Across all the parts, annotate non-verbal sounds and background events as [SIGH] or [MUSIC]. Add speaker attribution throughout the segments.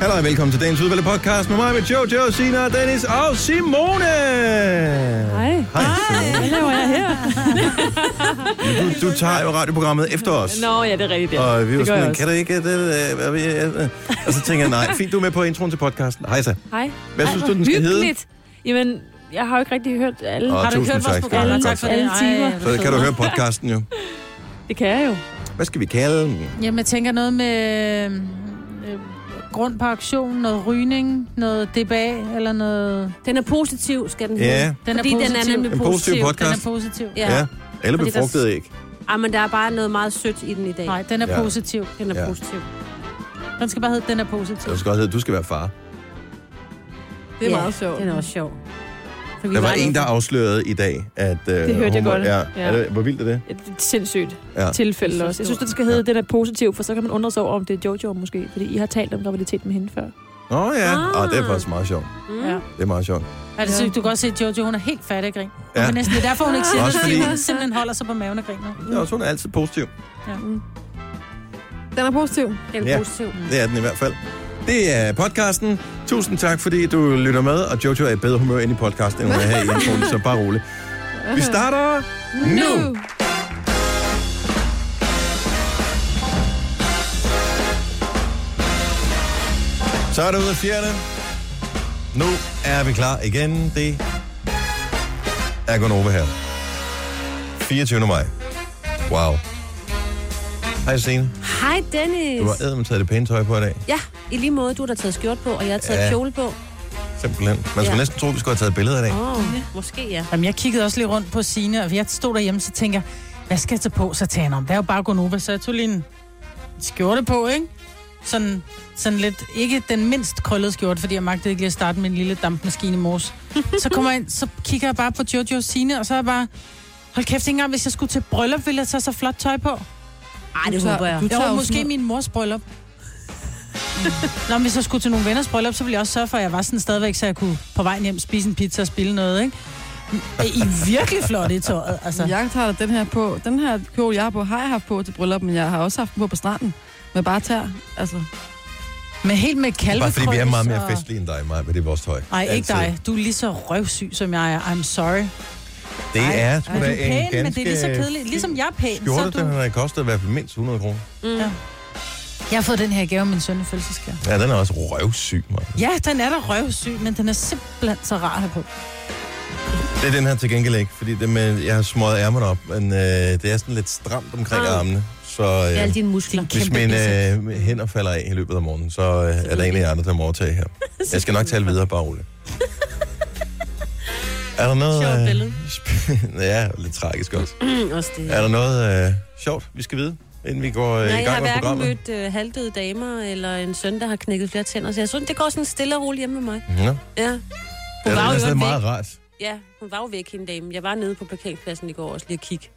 Speaker 1: Hallo og velkommen til dagens udvalgte podcast med mig, med Jojo, Sina, Dennis og Simone.
Speaker 2: Hej.
Speaker 1: Hej.
Speaker 2: Hvad laver jeg her?
Speaker 1: Simone. Du, du tager jo radioprogrammet efter os.
Speaker 2: Nå, ja, det er rigtigt. Ja.
Speaker 1: Og vi
Speaker 2: det
Speaker 1: var
Speaker 2: gør
Speaker 1: sådan,
Speaker 2: jeg
Speaker 1: men kan
Speaker 2: også.
Speaker 1: du ikke... Det, det, hvad, vi- øh, øh." og så tænker jeg, nej, fint, du er med på introen til podcasten. Hej så.
Speaker 2: Hej.
Speaker 1: Hvad
Speaker 2: Ej,
Speaker 1: synes
Speaker 2: hvor
Speaker 1: du, den skal hedde?
Speaker 2: hyggeligt. Jamen, jeg har jo ikke rigtig hørt alle.
Speaker 1: Åh,
Speaker 2: Har du ikke
Speaker 1: tusind
Speaker 2: hørt vores
Speaker 1: tak.
Speaker 2: programmer?
Speaker 1: Ja,
Speaker 2: Tak
Speaker 1: godt.
Speaker 2: for alle timer.
Speaker 1: Så kan du høre podcasten jo.
Speaker 2: Det kan jeg jo.
Speaker 1: Hvad skal vi kalde den?
Speaker 3: Jamen, jeg tænker noget med øh, grund på auktion, noget rygning, noget DBA eller noget...
Speaker 4: Den er positiv, skal den hedde.
Speaker 1: Ja,
Speaker 3: Den er
Speaker 4: Fordi den er
Speaker 3: positiv.
Speaker 4: nemlig
Speaker 1: En positiv
Speaker 4: positiv.
Speaker 1: podcast.
Speaker 3: Den er positiv. Ja.
Speaker 1: ja. Eller
Speaker 4: Fordi der-
Speaker 1: befrugtet æg.
Speaker 4: Ah, men der er bare noget meget sødt i den i dag.
Speaker 3: Nej, den er
Speaker 1: Ja.
Speaker 3: ja. positiv.
Speaker 4: Den er
Speaker 1: Ja.
Speaker 4: ja. positiv.
Speaker 3: Den skal bare hedde, den er positiv.
Speaker 1: Det skal også hedde, du skal være far.
Speaker 2: Det er meget sjovt.
Speaker 4: Den er også sjov. For vi
Speaker 1: Der var
Speaker 4: var
Speaker 1: en, der afslørede i dag, at... Øh, det
Speaker 2: hørte jeg godt.
Speaker 1: Ja.
Speaker 2: Ja.
Speaker 1: Er det, hvor vildt er det?
Speaker 2: Et sindssygt
Speaker 1: Ja.
Speaker 2: tilfælde også. Jeg synes, den skal hedde, den er positiv, for så kan man undre sig over, om det er Jojo måske, fordi I har talt om graviditet med hende før.
Speaker 1: Nå ja, ah.
Speaker 4: Ah.
Speaker 1: Oh, det er faktisk meget sjovt.
Speaker 4: Mm.
Speaker 3: Ja.
Speaker 4: Ja.
Speaker 1: Det er meget sjovt.
Speaker 3: Er det sygt? Du kan også se, at Jojo, hun er helt fattig af grin. Ja.
Speaker 1: Ja.
Speaker 3: Hun kan næsten, det er derfor, hun ikke siger
Speaker 1: Også
Speaker 3: det, fordi
Speaker 1: fordi-
Speaker 3: hun simpelthen holder sig på maven og griner.
Speaker 1: Ja, også, hun er altid positiv.
Speaker 2: Mm. Den er positiv.
Speaker 4: Den er
Speaker 1: Ja.
Speaker 4: positiv. Mm.
Speaker 1: Det er den i hvert fald. Det er podcasten. Tusind tak, fordi du lytter med, og Jojo er i bedre humør end i podcasten, end hun er
Speaker 4: [LAUGHS]
Speaker 1: her i introen, så bare rolig. Vi starter nu! nu. Så er det ude af fjerne. Nu er vi klar igen. Det er Gonova her. 24. maj. Wow. Hej, Signe.
Speaker 4: Hej,
Speaker 1: Du har
Speaker 4: Dennis.
Speaker 1: ædvendt taget det pæne tøj på i dag.
Speaker 4: Ja, i lige måde, du har da taget skjort på, og jeg har taget
Speaker 1: Ja.
Speaker 4: ja. kjole på.
Speaker 1: Simpelthen. Man skulle
Speaker 4: Ja.
Speaker 1: næsten tro, at vi skulle have taget billeder i dag.
Speaker 4: Åh, oh, måske ja. [CLEARS THROAT]
Speaker 3: Jamen, jeg kiggede også lige rundt på Signe, og jeg stod derhjemme, så tænker jeg, hvad skal jeg tage på? Så tager jeg, "Nå, men det er jo bare Gonova, så jeg tog lige en skjorte på, ikke? Sådan, sådan lidt, ikke den mindst krøllede skjorte, fordi jeg magtede ikke lige at starte min lille dampmaskine i morges. Så kommer jeg ind, så kigger jeg bare på Jojo og Signe, og så er jeg bare, hold kæft, ikke engang, hvis jeg skulle til bryllup, ville jeg tage så flot tøj på.
Speaker 4: Ej, det håber jeg.
Speaker 3: Det var måske min mors bryllup. Nå, men hvis jeg skulle til nogle venners bryllup, så ville jeg også sørge for, at jeg var sådan stadigvæk, så jeg kunne på vejen hjem spise en pizza og spille noget, ikke? I er virkelig flot i tøjet, altså.
Speaker 5: Jeg tager da den her på. Den her kjole, jeg har på, har jeg haft på til bryllup, men jeg har også haft den på på stranden. Med bare tær. Altså,
Speaker 3: Men helt med kalvekrøs.
Speaker 1: Bare fordi vi er meget mere
Speaker 3: og-
Speaker 1: festlige end dig, Maja, men det er vores tøj.
Speaker 3: Nej, ikke
Speaker 1: Altid.
Speaker 3: dig. Du er lige så røvsyg, som jeg er. I'm sorry.
Speaker 1: Det
Speaker 3: Ej,
Speaker 1: er sgu
Speaker 3: Men du
Speaker 1: da
Speaker 3: er
Speaker 1: en
Speaker 3: pæn, men det er lige så
Speaker 1: ganske
Speaker 3: kedeligt. Ligesom jeg er pæn, så er
Speaker 1: skjorte, den
Speaker 3: du...
Speaker 1: har kostet i hvert fald mindst 100 kroner.
Speaker 3: Mm. Jeg har fået den her gave af min søn i fødselsgave.
Speaker 1: Ja, den er også røvsyg, Maja.
Speaker 3: Ja, den er da røvsyg, men den er simpelthen så rar at have på.
Speaker 1: Det er den her til gengæld ikke, fordi det med, jeg har smøget ærmerne op, men øh, det er sådan lidt stramt omkring
Speaker 4: Ah.
Speaker 1: armene, så øh,
Speaker 4: Alle dine muskler.
Speaker 1: hvis mine øh, hænder falder af i løbet af morgenen, så øh, er der en af jer andre, der må overtage
Speaker 3: [LAUGHS]
Speaker 1: her. Jeg skal nok tale videre, bare roligt. Er der noget...
Speaker 4: Sjovt
Speaker 1: øh,
Speaker 4: billede.
Speaker 1: sp- [LAUGHS] ja, lidt tragisk også.
Speaker 4: Mm, også det.
Speaker 1: Er der noget øh, sjovt, vi skal vide, inden vi går øh,
Speaker 4: Nej,
Speaker 1: i
Speaker 4: jeg har
Speaker 1: gang med
Speaker 4: hverken
Speaker 1: programmet?
Speaker 4: mødt øh, halvdøde damer eller en søn, der har knækket flere tænder. Så jeg synes, det går sådan stille og roligt hjemme med mig.
Speaker 1: Nå.
Speaker 4: Ja.
Speaker 1: Ja,
Speaker 4: Hun
Speaker 1: det
Speaker 4: var,
Speaker 1: er
Speaker 4: jo i
Speaker 1: næsten
Speaker 4: øvrigt
Speaker 1: meget
Speaker 4: væk.
Speaker 1: rart.
Speaker 4: Ja, hun var jo væk, hende dame. Jeg var nede på parkeringspladsen i går også lige at kigge.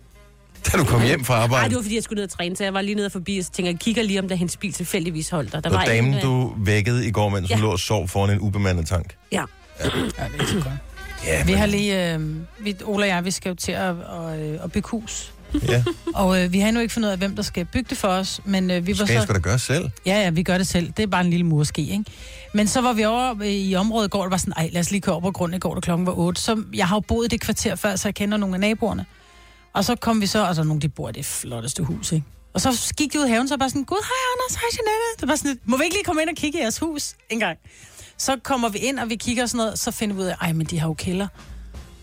Speaker 1: Da du kom hjem fra
Speaker 4: Nej,
Speaker 1: arbejde,
Speaker 4: det var fordi, jeg skulle ned og træne, så jeg var lige nede forbi, og så tænker jeg, kigger lige, om der hendes bil tilfældigvis holdt der. Der
Speaker 1: det
Speaker 4: var
Speaker 1: var damen,
Speaker 4: en, øh,
Speaker 1: du vækkede i går, mens hun
Speaker 4: Ja.
Speaker 1: lå og sov foran en ubemandet tank.
Speaker 4: Ja.
Speaker 3: Ja, det er så godt.
Speaker 1: Ja,
Speaker 3: Vi
Speaker 1: men-
Speaker 3: har lige, øh, vi, Ola og jeg, vi skal jo til at, at, øh, at bygge hus.
Speaker 1: ja.
Speaker 3: Og øh, vi har endnu ikke fundet ud af, hvem der skal bygge det for os. Men øh, vi var
Speaker 1: Skal jeg sgu
Speaker 3: så...
Speaker 1: da gøre selv?
Speaker 3: Ja, ja, vi gør det selv. Det er bare en lille murske, ikke? Men så var vi over øh, i området i går, og det var sådan, ej, lad os lige køre over på grunden i går, da klokken var 8. Så jeg har jo boet i det kvarter før, så jeg kender nogle af naboerne. Og så kom vi så, altså nogle, de bor i det flotteste hus, ikke? Og så gik de ud i haven, så var jeg bare sådan, gud, hej Anders, hej Jeanette. Det var sådan, lidt, må vi ikke lige komme ind og kigge i jeres hus en gang? Så kommer vi ind, og vi kigger og sådan noget, så finder vi ud af, ej, men de har jo kælder.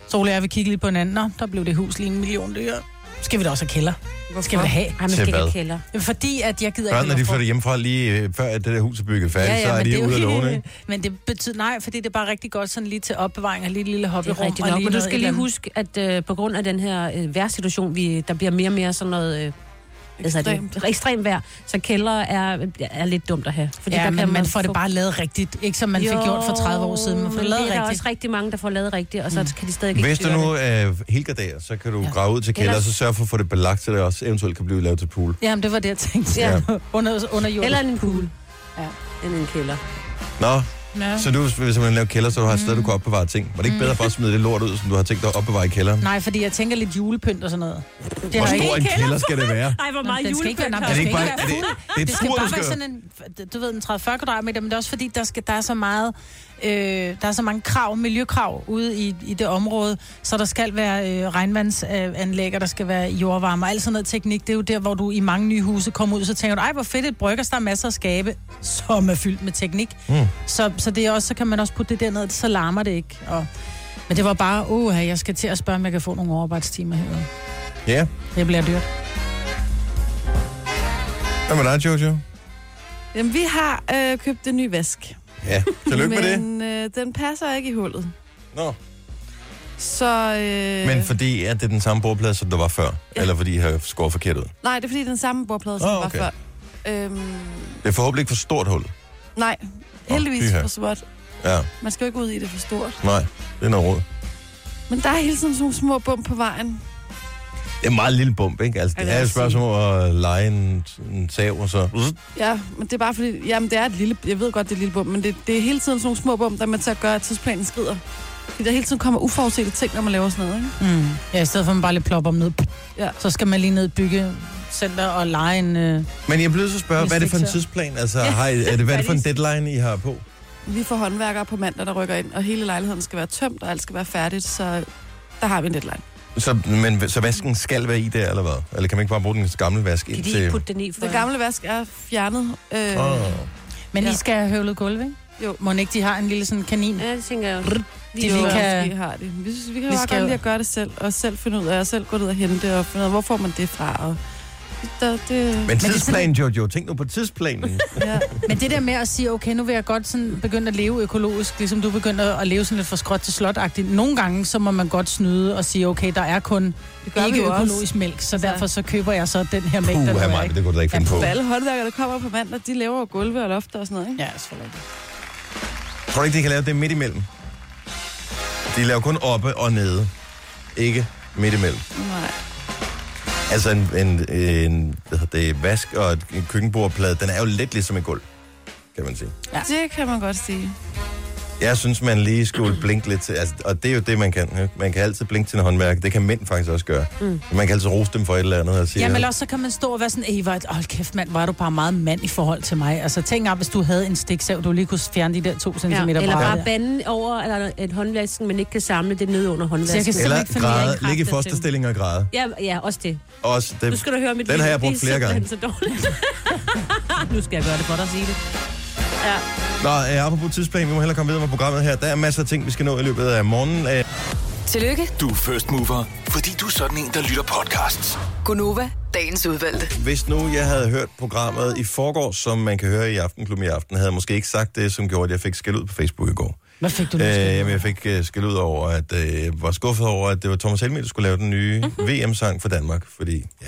Speaker 3: Så Ole og jeg, vi kigge lidt på hinanden, og der blev det hus lige en million dyrere. Skal vi da også have kælder?
Speaker 4: Hvorfor?
Speaker 3: Skal vi da have?
Speaker 4: Ej, man
Speaker 1: Til
Speaker 4: skal ikke
Speaker 1: hvad?
Speaker 4: have kælder.
Speaker 3: Jamen, Fordi at jeg gider
Speaker 1: Børn, når
Speaker 3: have
Speaker 1: de
Speaker 3: lov for-
Speaker 1: flytter hjemmefra lige øh, før, at det der hus er bygget færdigt, så er
Speaker 3: men
Speaker 1: de
Speaker 3: det jo
Speaker 1: ude af
Speaker 4: [LAUGHS]
Speaker 3: helt-
Speaker 1: låne, ikke?
Speaker 3: Men det betyder, nej, fordi det er bare rigtig godt sådan lige til opbevaring og lige et lille
Speaker 4: Det er
Speaker 3: hobbyrum.
Speaker 4: rigtigt
Speaker 3: og
Speaker 4: nok, men du
Speaker 3: noget
Speaker 4: skal
Speaker 3: et
Speaker 4: lige
Speaker 3: eller
Speaker 4: huske, at øh, på grund af den her øh, vejrsituation, vi, der bliver mere og mere sådan noget... Øh, altså,
Speaker 5: Ekstremt.
Speaker 4: det, ekstrem vejr, så kælder er, er lidt dumt at have. Fordi
Speaker 3: andet. Ja,
Speaker 4: der
Speaker 3: men
Speaker 4: kan
Speaker 3: man får
Speaker 4: få-
Speaker 3: det bare lavet rigtigt. Ikke som man jo, fik gjort for 30 år siden. Man får
Speaker 4: men
Speaker 3: det lavet
Speaker 4: det er der
Speaker 3: rigtigt.
Speaker 4: også rigtig mange, der får lavet rigtigt, og så kan de stadig ikke
Speaker 1: Hvis du
Speaker 4: styre
Speaker 1: nu
Speaker 4: det.
Speaker 1: er helgarder, så kan du
Speaker 3: Ja.
Speaker 1: grave ud til kælder, og
Speaker 4: Ellers-
Speaker 1: så sørge for at få det belagt, så det også eventuelt kan blive lavet til pool.
Speaker 3: Jamen, [LAUGHS] det var det, jeg tænkte.
Speaker 1: Ja.
Speaker 3: Ja. under, under jorden.
Speaker 4: Eller en pool.
Speaker 3: Ja.
Speaker 4: Eller en kælder.
Speaker 1: Nå,
Speaker 3: Ja.
Speaker 1: Så du vil simpelthen lave kælder, så du har et sted,
Speaker 4: Mm.
Speaker 1: du kan opbevare ting. Var det ikke bedre for at smide det lort ud, som du har tænkt dig at opbevare i kælderen?
Speaker 3: Nej, fordi jeg tænker lidt julepynt og sådan noget. Det
Speaker 1: Hvor
Speaker 3: har jeg
Speaker 1: stor en
Speaker 2: ikke
Speaker 1: kælder skal det være?
Speaker 2: Ej, hvor
Speaker 3: Nå,
Speaker 2: meget
Speaker 3: den skal ikke være-
Speaker 2: julepynt har
Speaker 3: Nå,
Speaker 1: Er det
Speaker 2: du?
Speaker 1: ikke bare
Speaker 3: skal
Speaker 1: er det,
Speaker 3: ikke
Speaker 1: det er et
Speaker 3: Det skal
Speaker 1: fur, du
Speaker 3: bare
Speaker 1: skal...
Speaker 3: være sådan en, du ved, en 30-40 kvadratmeter, men det er også fordi, der, skal, der er så meget, øh, der er så mange krav, miljøkrav ude i, i det område, så der skal være øh, regnvandsanlæg, øh, anlæg, og der skal være jordvarme og alt sådan noget teknik. Det er jo der, hvor du i mange nye huse kommer ud, så tænker du, ej hvor fedt et bryggers, der er masser af skabe, som er fyldt med teknik.
Speaker 1: Mm.
Speaker 3: Mm. Så, så, det er også, så kan man også putte det derned, så larmer det ikke. Og, men det var bare, åh, jeg skal til at spørge, om jeg kan få nogle overarbejdstimer herude.
Speaker 1: Ja,
Speaker 3: Det bliver dyrt.
Speaker 1: hvad med dig, Jojo?
Speaker 5: Jamen, vi har øh, købt en ny vask.
Speaker 1: Ja, tillykke med det.
Speaker 5: Men øh, den passer ikke i hullet.
Speaker 1: Nå.
Speaker 5: Så, øh,
Speaker 1: Men fordi at det er den samme bordplads, som der var før? Eller fordi I har skåret forkert ud?
Speaker 5: Nej, det er fordi, det er den samme bordplade, som
Speaker 1: Åh,
Speaker 5: oh, okay.
Speaker 1: okay.
Speaker 5: var før. Øhm,
Speaker 1: Det er forhåbentlig ikke for stort hul.
Speaker 5: nej, heldigvis
Speaker 1: pyha.
Speaker 5: for småt.
Speaker 1: Ja,
Speaker 5: Man skal jo ikke ud i det for stort.
Speaker 1: nej, det er noget råd.
Speaker 5: Men der er hele tiden sådan nogle små bump på vejen.
Speaker 1: Det er en meget lille bump, ikke? Altså,
Speaker 5: Ja,
Speaker 1: det
Speaker 5: det
Speaker 1: er
Speaker 5: vil
Speaker 1: et
Speaker 5: jeg
Speaker 1: spørgsmål om at lege en, en sav, og så...
Speaker 5: Ja, men det er bare fordi, jamen det er et lille, jeg ved godt, det er et lille bump, men det, det er hele tiden sådan nogle små bump, der man så gør, at tidsplanen skrider. Fordi der hele tiden kommer uforudsete ting, når man laver sådan noget, ikke?
Speaker 3: Mm. Ja, i stedet for at man bare lige plopper om ned,
Speaker 5: Ja.
Speaker 3: ja. så skal man lige ned i et byggecenter og lege en... Øh...
Speaker 1: Men jeg bliver så at spørge,
Speaker 3: Hvis
Speaker 1: hvad er det for en
Speaker 3: ikke så-
Speaker 1: tidsplan? Altså, har I, er det, hvad er det for en deadline, I har på?
Speaker 5: Vi får håndværkere på mandag, der rykker ind, og hele lejligheden skal være tømt, og alt skal være færdigt, så der har vi en deadline.
Speaker 1: Så, men, så vasken skal være i der, eller hvad? Eller kan man ikke bare bruge den gamle vask
Speaker 4: Kan
Speaker 1: ind
Speaker 4: de ikke
Speaker 1: til... Ah.
Speaker 4: putte den i for
Speaker 5: Den gamle vask er fjernet. Øh,
Speaker 1: Åh.
Speaker 3: Men ja.
Speaker 5: Ja.
Speaker 3: I skal have høvlet gulv, ikke?
Speaker 5: Jo.
Speaker 3: Må ikke, de har en lille sådan kanin?
Speaker 4: Ja, det tænker jeg jo.
Speaker 3: Det
Speaker 5: Jo,
Speaker 3: vi
Speaker 5: vi
Speaker 3: kan-
Speaker 5: kan... har det. Vi, synes, vi kan
Speaker 3: Vi
Speaker 5: vi bare
Speaker 3: skal
Speaker 5: godt
Speaker 3: jo-
Speaker 5: lide at gøre det selv, og selv finde ud af, og selv gå ned og hente det, og finde ud af, hvor får man det fra, og... Der, det,
Speaker 1: Men
Speaker 3: det er
Speaker 1: tidsplanen, Jojo, tænk nu på tidsplanen.
Speaker 5: ja.
Speaker 3: Men det der med at sige, okay, nu vil jeg godt sådan begynde at leve økologisk, ligesom du begynder at leve sådan lidt fra skråt til slot -agtigt. Nogle gange, så må man godt snyde og sige, okay, der er kun
Speaker 5: Det gør
Speaker 3: ikke
Speaker 5: vi jo
Speaker 3: økologisk
Speaker 5: også.
Speaker 3: mælk, så
Speaker 5: Altså-
Speaker 3: derfor så køber jeg så den her mælk,
Speaker 1: Puh,
Speaker 3: der nu
Speaker 1: her
Speaker 3: er,
Speaker 1: mig,
Speaker 3: ikke?
Speaker 1: det kunne du da ikke finde
Speaker 3: Ja,
Speaker 1: på.
Speaker 5: For alle håndværkere, der kommer på mandag, de laver jo gulve og lofter og sådan noget, ikke?
Speaker 3: Ja, selvfølgelig.
Speaker 1: Tror du ikke, de kan lave det midt imellem? De laver kun oppe og nede. Ikke midt imellem.
Speaker 5: Nej.
Speaker 1: Altså en, en, en hvad hedder det, vask og et en køkkenbordplade, den er jo lidt ligesom et gulv, kan man sige.
Speaker 5: Det kan man godt sige.
Speaker 1: Jeg synes, man lige skulle blinke lidt til, altså, og det er jo det, man kan. ikke? Man kan altid blinke til en håndværk. Det kan mænd faktisk også gøre. Mm. Man kan altid rose dem for et eller andet og sige,
Speaker 3: Ja, men også så kan man stå og være sådan, Eva, hold kæft mand, var du bare meget mand i forhold til mig. Altså tænk op, hvis du havde en stiksav, du lige kunne fjerne de der to
Speaker 4: Ja,
Speaker 3: centimeter
Speaker 4: eller
Speaker 3: brædder
Speaker 4: bare
Speaker 3: der.
Speaker 4: banden over eller et håndvasken, men ikke kan samle det ned under håndvasken.
Speaker 3: Cirka så-
Speaker 1: eller
Speaker 3: simpelthen finde
Speaker 1: græde,
Speaker 3: kræfter
Speaker 1: ligge i
Speaker 4: til.
Speaker 1: fosterstilling og græde.
Speaker 4: Ja, ja, også det.
Speaker 1: Også
Speaker 4: Nu
Speaker 1: det,
Speaker 4: skal du høre mit
Speaker 1: Den har
Speaker 4: liv.
Speaker 1: jeg brugt
Speaker 4: Det er
Speaker 1: flere gange.
Speaker 4: simpelthen så dårligt. nu skal jeg gøre det for dig at sige det. Ja.
Speaker 1: Nå, øh, apropos tidsplan, vi må hellere komme videre med programmet her. Der er masser af ting, vi skal nå i løbet af morgenen. Øh,
Speaker 6: Tillykke,
Speaker 7: Du er first mover, fordi du er sådan en, der lytter podcasts.
Speaker 6: Gunova, dagens udvalgte.
Speaker 1: Hvis nu jeg havde hørt programmet i forgårs, som man kan høre i Aftenklubben i aften, havde jeg måske ikke sagt det, som gjorde, at jeg fik skæld ud på Facebook i går.
Speaker 3: Hvad fik du
Speaker 1: Øh,
Speaker 3: nu?
Speaker 1: jamen, jeg fik øh, skæld ud over, at øh, jeg var skuffet over, at det var Thomas Helmi, der skulle lave den nye
Speaker 3: Mhm.
Speaker 1: VM-sang for Danmark, fordi ja,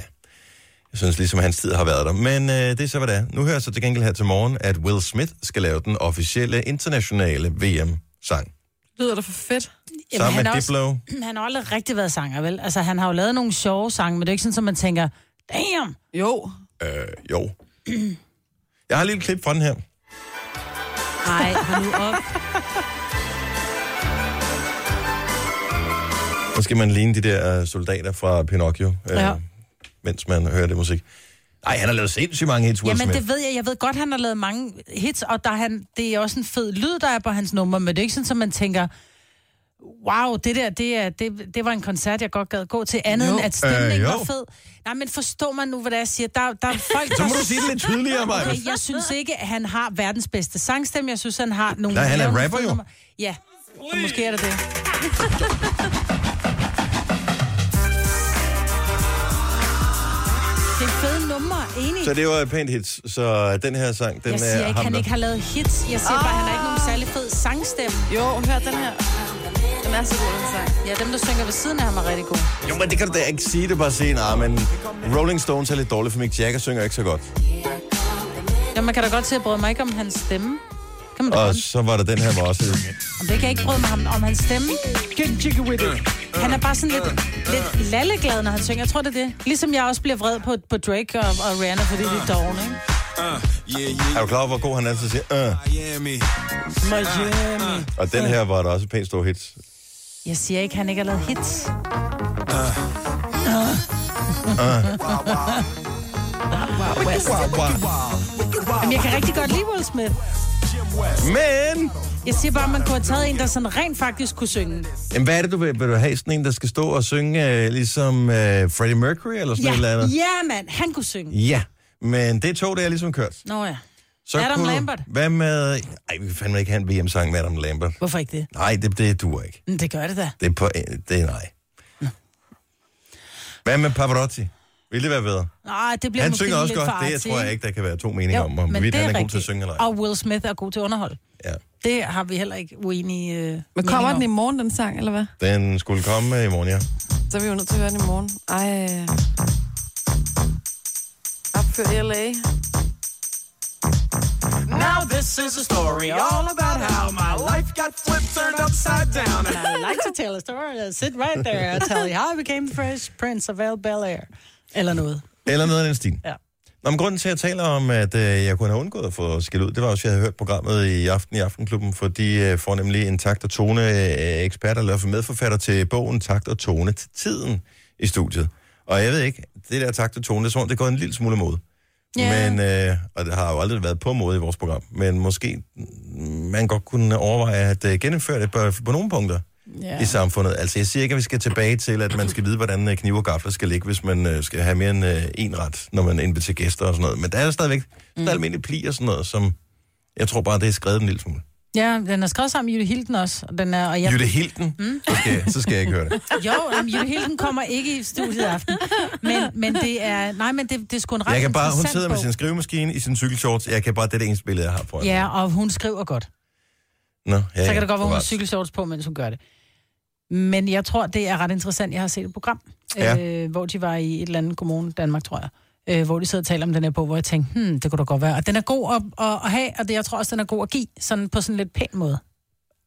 Speaker 1: jeg synes ligesom, hans tid har været der. Men øh, det er så, hvad det er. Nu hører jeg så til gengæld her til morgen, at Will Smith skal lave den officielle internationale
Speaker 3: [CLEARS THROAT]
Speaker 1: VM-sang.
Speaker 5: Lyder det for fedt?
Speaker 3: Jamen,
Speaker 1: Sammen
Speaker 3: han,
Speaker 1: med
Speaker 3: har også,
Speaker 1: Diplo.
Speaker 3: [CLEARS THROAT] han har aldrig rigtig været sanger, vel? Altså, han har jo lavet nogle sjove sange, men det er jo ikke sådan, at man tænker, damn!
Speaker 5: Jo.
Speaker 1: Øh, jo. Jeg har et lille klip fra den her.
Speaker 4: Nej, hold nu op.
Speaker 5: [LAUGHS]
Speaker 1: Så skal man ligne de der øh, soldater fra Pinocchio, øh, ja.
Speaker 3: Ja.
Speaker 1: mens man hører det musik. Nej, han har lavet sindssygt mange hits, Will
Speaker 3: Jamen,
Speaker 1: Smith.
Speaker 3: det ved jeg. Jeg ved godt, han har lavet mange hits, og der er han, det er også en fed lyd, der er på hans nummer, men det er ikke sådan, at man tænker, wow, det der, det, er, det, det var en koncert, jeg godt gad gå til, andet
Speaker 5: Jo.
Speaker 3: end at stemningen
Speaker 1: Øh,
Speaker 3: øh,
Speaker 1: jo.
Speaker 3: var fed. Nej, men forstår man nu, hvad det er, jeg siger? Der, der er folk,
Speaker 1: [LAUGHS] Så
Speaker 3: der
Speaker 1: må du sige det lidt tydeligere, Maja.
Speaker 3: Okay, jeg synes ikke, at han har verdens bedste sangstemme. Jeg synes, han har nogle...
Speaker 1: Nej, han er
Speaker 3: laver nogle
Speaker 1: rapper
Speaker 3: fede
Speaker 1: jo.
Speaker 3: numre. Ja, så måske er
Speaker 1: [LAUGHS]
Speaker 3: det det. Det er fede numre, enig.
Speaker 1: Så det var et pænt hits. Så øh, den her sang, den
Speaker 3: Jeg
Speaker 1: er
Speaker 3: siger ikke,
Speaker 1: ham
Speaker 3: han
Speaker 1: der.
Speaker 3: ikke har lavet hits. Jeg siger bare, at han har ikke nogen særlig fed sangstemme.
Speaker 5: Jo, hør den her. Den er så god, den sang.
Speaker 3: Ja, dem, der synger ved siden af ham, er rigtig gode.
Speaker 1: Jo, men det kan du da ikke sige. Det er bare at sige, nej, men Rolling Stones er lidt dårlig, for Mick Jagger synger ikke så godt.
Speaker 3: Ja, man kan da godt se, at jeg bryder mig ikke om hans stemme. Kan man da
Speaker 1: Og
Speaker 3: godt.
Speaker 1: så var der den her med også.
Speaker 3: Om det kan jeg ikke bryde mig om, om hans stemme. Han er bare sådan lidt, lidt lalleglad, når han synger. Jeg tror, det er det. Ligesom jeg også bliver vred på, på Drake og, og Rihanna, fordi de er dogne, ikke?
Speaker 8: Uh, yeah,
Speaker 1: Er
Speaker 8: yeah,
Speaker 1: du klar over, hvor god han er til at sige, øh?
Speaker 8: Miami.
Speaker 3: Miami.
Speaker 1: Og den her var der også et pænt stor hit.
Speaker 3: Jeg siger ikke, han ikke har lavet hits.
Speaker 1: Uh. Wow, wow.
Speaker 3: Jamen, jeg kan rigtig godt lide Will Smith.
Speaker 1: Men,
Speaker 3: Jeg siger bare, at man kunne have taget en, der sådan rent faktisk kunne synge.
Speaker 1: jamen, hvad er det, du vil, vil du have? Sådan en, der skal stå og synge øh, ligesom øh, Freddie Mercury eller sådan
Speaker 3: Ja,
Speaker 1: et eller andet?
Speaker 3: ja mand, han kunne synge.
Speaker 1: Ja, men det tog, det er ligesom kørt.
Speaker 3: Nå ja.
Speaker 1: Så
Speaker 3: Adam
Speaker 1: kunne,
Speaker 3: Lambert.
Speaker 1: Hvad med... Ej, vi kan fandme ikke have en VM-sang med Adam Lambert.
Speaker 3: Hvorfor ikke det?
Speaker 1: Nej, det, det duer ikke.
Speaker 3: Men det gør det da.
Speaker 1: Det er på... Det er nej. Hvad med Pavarotti? Vil det være bedre?
Speaker 3: Nej, det bliver
Speaker 1: Han
Speaker 3: måske
Speaker 1: synger også
Speaker 3: lidt
Speaker 1: godt.
Speaker 3: for
Speaker 1: Det jeg
Speaker 3: artsy,
Speaker 1: tror jeg ikke, der kan være to meninger om, om
Speaker 3: men
Speaker 1: hvorvidt
Speaker 3: det
Speaker 1: han er god
Speaker 3: rigtigt.
Speaker 1: til at synge eller ej.
Speaker 3: Og Will Smith er god til underhold.
Speaker 1: Ja.
Speaker 3: Det har vi heller ikke uenige øh,
Speaker 5: Men kommer den i
Speaker 3: meninger
Speaker 5: morgen, den sang, eller hvad?
Speaker 1: Den skulle komme øh, i morgen, ja.
Speaker 5: Så er vi jo nødt til at høre den i morgen. Ej. Opført i L.A.
Speaker 9: Now this is a story all about how my life got flipped, turned upside down.
Speaker 3: om. I like to tell a story. I sit right there and tell you how I became the fresh prince of Bel-Air. Eller noget.
Speaker 1: Eller noget af den stil.
Speaker 3: Ja.
Speaker 1: Nå, men grunden til, at jeg taler om, at øh, jeg kunne have undgået at få skæld ud, det var også, at jeg havde hørt programmet i aften i Aftenklubben, fordi øh, får nemlig en takt- og tone-ekspert, eller i hvert fald medforfatter til bogen Takt og Tone til tiden i studiet. Og jeg ved ikke, det der takt og tone, det er som om, det er gået en lille smule imod.
Speaker 3: Ja.
Speaker 1: Men, øh, og det har jo aldrig været på måde i vores program, men måske mm, man godt kunne overveje at øh, gennemføre det på, på nogle punkter ja. i samfundet. Altså jeg siger ikke, at vi skal tilbage til, at man skal vide, hvordan øh, knive og gafler skal ligge, hvis man øh, skal have mere end øh, en ret, når man indbyder til gæster og sådan noget. Men der er stadigvæk mm. der er almindelig pli og sådan noget, som jeg tror bare, det er skrevet en lille smule.
Speaker 3: Ja, den er skrevet sammen med Jytte Hilden også. Og den er, og jeg,
Speaker 1: Ja. Jytte Hilden, mm. så, skal, jeg- så skal jeg ikke høre det.
Speaker 3: Jo, jamen, Jytte Hilden kommer ikke i studiet i aften. Men, men det er... Nej, men det, det er sgu en [LAUGHS] ret
Speaker 1: Jeg kan bare, hun
Speaker 3: interessant
Speaker 1: sidder med
Speaker 3: bog.
Speaker 1: sin skrivemaskine i sin cykelshorts. Jeg kan bare, det er det eneste billede, jeg har på
Speaker 3: Ja, og hun skriver godt.
Speaker 1: Nå, ja,
Speaker 3: Så kan det godt være, hun har
Speaker 1: bevares.
Speaker 3: cykelshorts på, mens hun gør det. Men jeg tror, det er ret interessant. Jeg har set et program,
Speaker 1: Ja.
Speaker 3: ja. øh, hvor de var i et eller andet kommune, Danmark tror jeg, øh, hvor de sidder og taler om den her bog, hvor jeg tænkte, hmm, det kunne da godt være. Og den er god at, at, at have, og det, jeg tror også, den er god at give, sådan på sådan lidt pæn måde.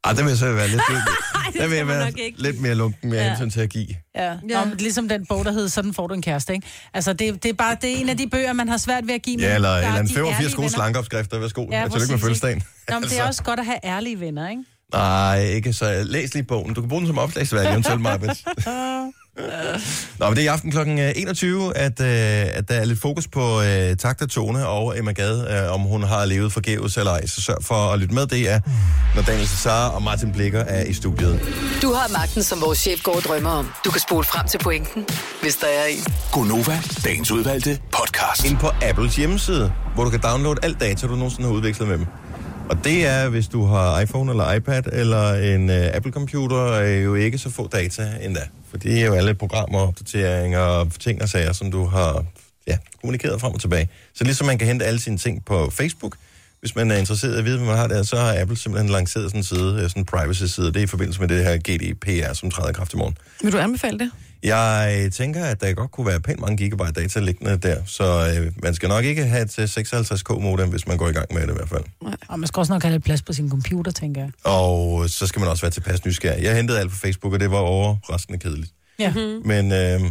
Speaker 1: Ej, der Ah, vil jeg så være
Speaker 3: [LAUGHS]
Speaker 1: lidt, lidt, der vil
Speaker 4: skal
Speaker 1: jeg
Speaker 4: man
Speaker 1: være
Speaker 4: nok ikke.
Speaker 1: lidt mere lunken med ja. hensyn til at give.
Speaker 3: Ja. Nå, men ligesom den bog, der hedder Sådan får du en kæreste, ikke? Altså, det, det er bare det er en af de bøger, man har svært ved at give. men
Speaker 1: Ja, eller,
Speaker 3: der er
Speaker 1: eller en
Speaker 3: de
Speaker 1: 85
Speaker 3: ærlige
Speaker 1: gode
Speaker 3: venner.
Speaker 1: slankeopskrifter. Værsgo.
Speaker 3: Ja,
Speaker 1: Ja, Tillykke med
Speaker 3: præcis,
Speaker 1: fødselsdagen. Altså.
Speaker 3: Nå, men det er også godt at have ærlige venner, ikke?
Speaker 1: Nej, ikke så. Læs lige bogen. Du kan bruge den som opslagsværk, eventuelt, Marbet. Nå, men det er i aften kl. 21, at, øh, at der er lidt fokus på øh, takt og tone og Emma Gade, øh, om hun har levet forgæves eller ej. Så sørg for at lytte med. Det er, når Daniel Cesar og Martin Blikker er i studiet.
Speaker 6: Du har magten, som vores chef går og drømmer om. Du kan spole frem til pointen, hvis der er en.
Speaker 7: Gonova, dagens udvalgte podcast.
Speaker 1: ind på Apples hjemmeside, hvor du kan downloade alt data, du nogensinde har udvekslet med dem. Og det er, hvis du har iPhone eller iPad eller en øh, Apple-computer, øh, jo ikke så få data endda. For det er jo alle programmer, opdateringer og ting og sager, som du har ja, kommunikeret frem og tilbage. Så ligesom man kan hente alle sine ting på Facebook, hvis man er interesseret i at vide, hvad man har der, så har Apple simpelthen lanceret sådan en side, øh, sådan en privacy-side. Det er i forbindelse med det her GDPR, som træder i kraft i morgen.
Speaker 5: Vil du anbefale det?
Speaker 1: Jeg tænker, at der godt kunne være pænt mange gigabyte data liggende der, så øh, man skal nok ikke have et øh, 56k modem, hvis man går i gang med det i hvert fald.
Speaker 3: [LAUGHS] Og man skal også nok have lidt plads på sin computer, tænker jeg.
Speaker 1: Og øh, så skal man også være tilpas nysgerrig. Jeg hentede alt på Facebook, og det var overraskende kedeligt.
Speaker 3: Ja. Mhm.
Speaker 1: Men øh,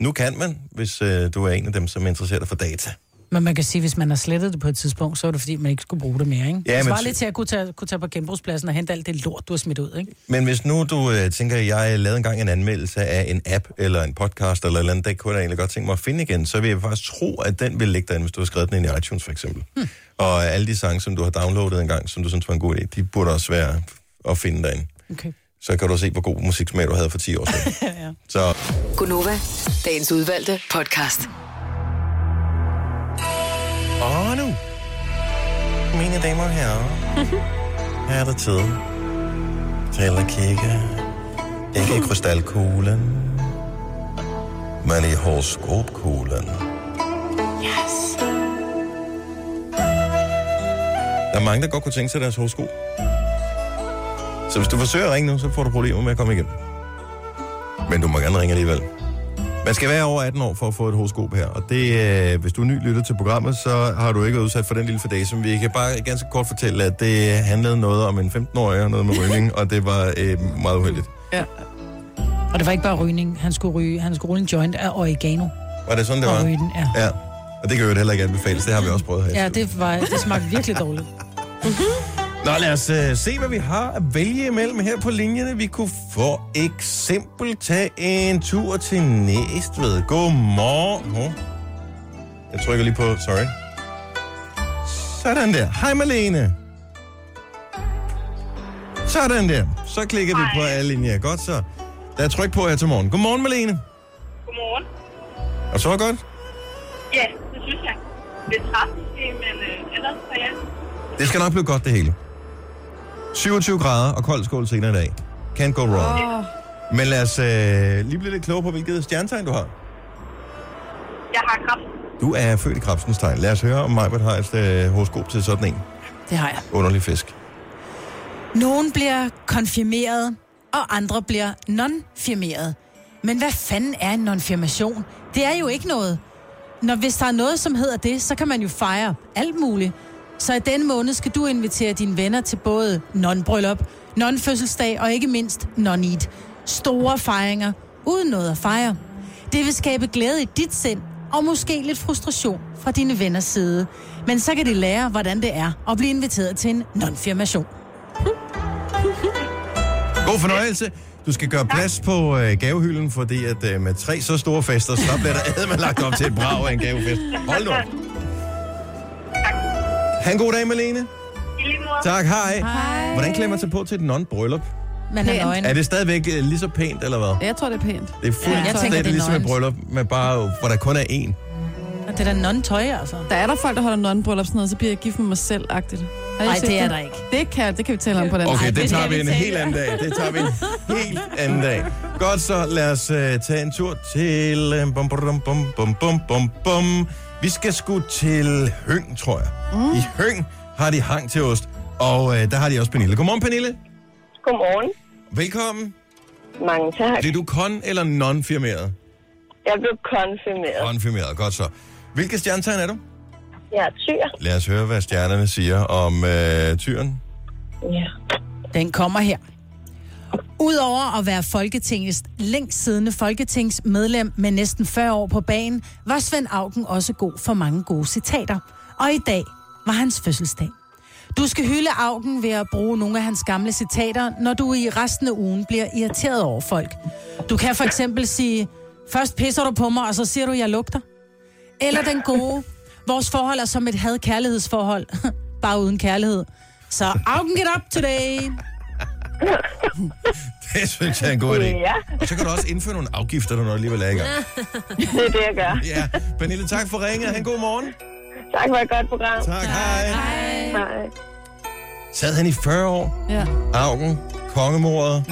Speaker 1: nu kan man, hvis øh, du er en af dem, som interesserer dig for data.
Speaker 3: Men man kan sige, hvis man har slettet det på et tidspunkt, så er det fordi, man ikke skulle bruge det mere, ikke?
Speaker 1: Ja,
Speaker 3: Ja, det
Speaker 1: men-
Speaker 3: svarer lidt til at kunne tage, kunne tage på genbrugspladsen og hente alt det lort, du har smidt ud, ikke?
Speaker 1: Men hvis nu du øh, tænker, at jeg lavede engang en anmeldelse af en app, eller en podcast, eller et eller andet, der kunne jeg egentlig godt tænke mig at finde igen, så vil jeg faktisk tro, at den vil ligge derinde, hvis du har skrevet den ind i iTunes for eksempel. Hmm. Og alle de sange, som du har downloadet engang, som du synes var en god idé, de burde også være at finde derinde.
Speaker 3: Okay.
Speaker 1: Så kan du se, hvor god musiksmag du havde for 10 år siden. [LAUGHS] ja. Så
Speaker 6: Gunova, dagens udvalgte podcast.
Speaker 1: Og nu, mine damer og herrer, her er der tid til at kigge. Ikke i krystalkuglen, men i horoskopkuglen. Yes. Der er mange, der godt kunne tænke sig deres horoskop. Så hvis du forsøger at ringe nu, så får du problemer med at komme igennem. Men du må gerne ringe alligevel. Man skal være over 18 år for at få et horoskop her, og det, øh, hvis du er ny lytter til programmet, så har du ikke været udsat for den lille fordage, som vi kan bare ganske kort fortælle, at det handlede noget om en 15-årig og noget med rygning, og det var øh, meget uheldigt.
Speaker 3: Og det var ikke bare rygning. Han skulle, ryge, han skulle rulle en joint af oregano
Speaker 1: Var det sådan, det
Speaker 3: og
Speaker 1: var?
Speaker 3: ryge den. Ja.
Speaker 1: Ja. Og det kan jo heller ikke anbefales. Det har vi også prøvet her. i
Speaker 3: Ja,
Speaker 1: studiet.
Speaker 3: det, var, det smagte virkelig dårligt.
Speaker 1: Nå, lad os øh, se, hvad vi har at vælge imellem her på linjerne. Vi kunne for eksempel tage en tur til Næstved. Godmorgen. Hov. Jeg trykker lige på, sorry. Sådan der. Hej Malene. Sådan der. Så klikker Hej. vi på alle linjer. Godt så. Lad os trykke på her til morgen. Godmorgen, Malene.
Speaker 8: Godmorgen.
Speaker 1: Og så godt.
Speaker 8: Ja, det synes jeg. Det er træt, måske, men øh, ellers så ja.
Speaker 1: Det skal nok blive godt, det hele. 27 grader og kold skål senere i dag. Can't go wrong.
Speaker 5: Åh,
Speaker 1: Men lad os øh, lige blive lidt klogere på, hvilket stjernetegn du har.
Speaker 8: Jeg har kraft.
Speaker 1: Du er født i krabsens tegn. Lad os høre, om Majbert har et øh, horoskop til sådan en
Speaker 3: Det har jeg.
Speaker 1: underlig fisk.
Speaker 3: Nogen bliver konfirmeret, og andre bliver non-firmeret. Men hvad fanden er en non-firmation? Det er jo ikke noget. Når hvis der er noget, som hedder det, så kan man jo fejre alt muligt. Så i den måned skal du invitere dine venner til både non-bryllup, non-fødselsdag og ikke mindst non-eat. Store fejringer, uden noget at fejre. Det vil skabe glæde i dit sind, og måske lidt frustration fra dine venners side. Men så kan de lære, hvordan det er at blive inviteret til en non-firmation.
Speaker 1: God fornøjelse. Du skal gøre plads på øh, gavehylden, fordi at øh, med tre så store fester, så bliver der [LAUGHS] ædme lagt op til et brag af en gavefest. Hold nu. op. Ha' en god dag, Malene.
Speaker 8: I lige måde.
Speaker 1: Tak, hej. hej. Hvordan klemmer man sig på til et non-bryllup?
Speaker 3: Man
Speaker 5: Pænt.
Speaker 3: er nøgen.
Speaker 1: Er det stadigvæk øh, lige så pænt, eller hvad?
Speaker 5: jeg tror, det er pænt.
Speaker 1: Det er
Speaker 3: jeg
Speaker 1: fuldstændig
Speaker 3: tænker, det
Speaker 1: ja,
Speaker 3: er
Speaker 1: ligesom et
Speaker 3: nøgent.
Speaker 1: bryllup, men bare, hvor der kun er én.
Speaker 3: Og Det er da non-tøj, altså.
Speaker 5: Der er der folk, der holder nonbryllup sådan noget, så bliver jeg gift med mig selv-agtigt. Har I
Speaker 3: Nej,
Speaker 5: set
Speaker 3: det er der ikke.
Speaker 5: Det kan, det kan vi tale om på den.
Speaker 1: Okay,
Speaker 5: Ej,
Speaker 1: det tager
Speaker 3: skal
Speaker 1: vi
Speaker 3: vi
Speaker 1: en
Speaker 3: tale
Speaker 1: helt anden dag. Det tager vi en helt anden dag. Godt så, lad os uh, tage en tur til... øh, Bum, bum, bum, bum, bum, bum, bum. Vi skal sgu til Høng, tror jeg. Mm. I Høng har de hang til ost, og uh, der har de også Pernille. Godmorgen, Pernille.
Speaker 8: Godmorgen.
Speaker 1: Velkommen.
Speaker 8: Mange tak.
Speaker 1: Blev du kon eller non-firmeret?
Speaker 8: Jeg blev konfirmeret.
Speaker 1: Non-firmeret, godt så. Hvilke stjernetegn er du?
Speaker 8: Jeg er tyr.
Speaker 1: Lad os høre, hvad stjernerne siger om uh, tyren. [LAUGHS]
Speaker 8: Ja.
Speaker 3: Den kommer her. Udover at være Folketingets længst siddende folketingsmedlem med næsten 40 år på banen, var Svend Auken også god for mange gode citater. Og i dag var hans fødselsdag. Du skal hylde Auken ved at bruge nogle af hans gamle citater, når du i resten af ugen bliver irriteret over folk. Du kan for eksempel sige, først pisser du på mig, og så siger du, jeg lugter. Eller den gode, vores forhold er som et had-kærlighedsforhold, [LAUGHS] bare uden kærlighed. Så Auken get up today!
Speaker 1: Det synes jeg er en god idé.
Speaker 8: Ja.
Speaker 1: Og så kan du også indføre nogle afgifter, når du alligevel er i gang.
Speaker 8: Det er det, jeg gør.
Speaker 1: Ja, [LAUGHS] Pernille, tak for ringet. Han god morgen.
Speaker 8: Tak for et godt program.
Speaker 1: Tak, hej.
Speaker 8: Hej. [LAUGHS]
Speaker 1: Sad han i 40 år?
Speaker 5: Ja.
Speaker 1: Augen, kongemordet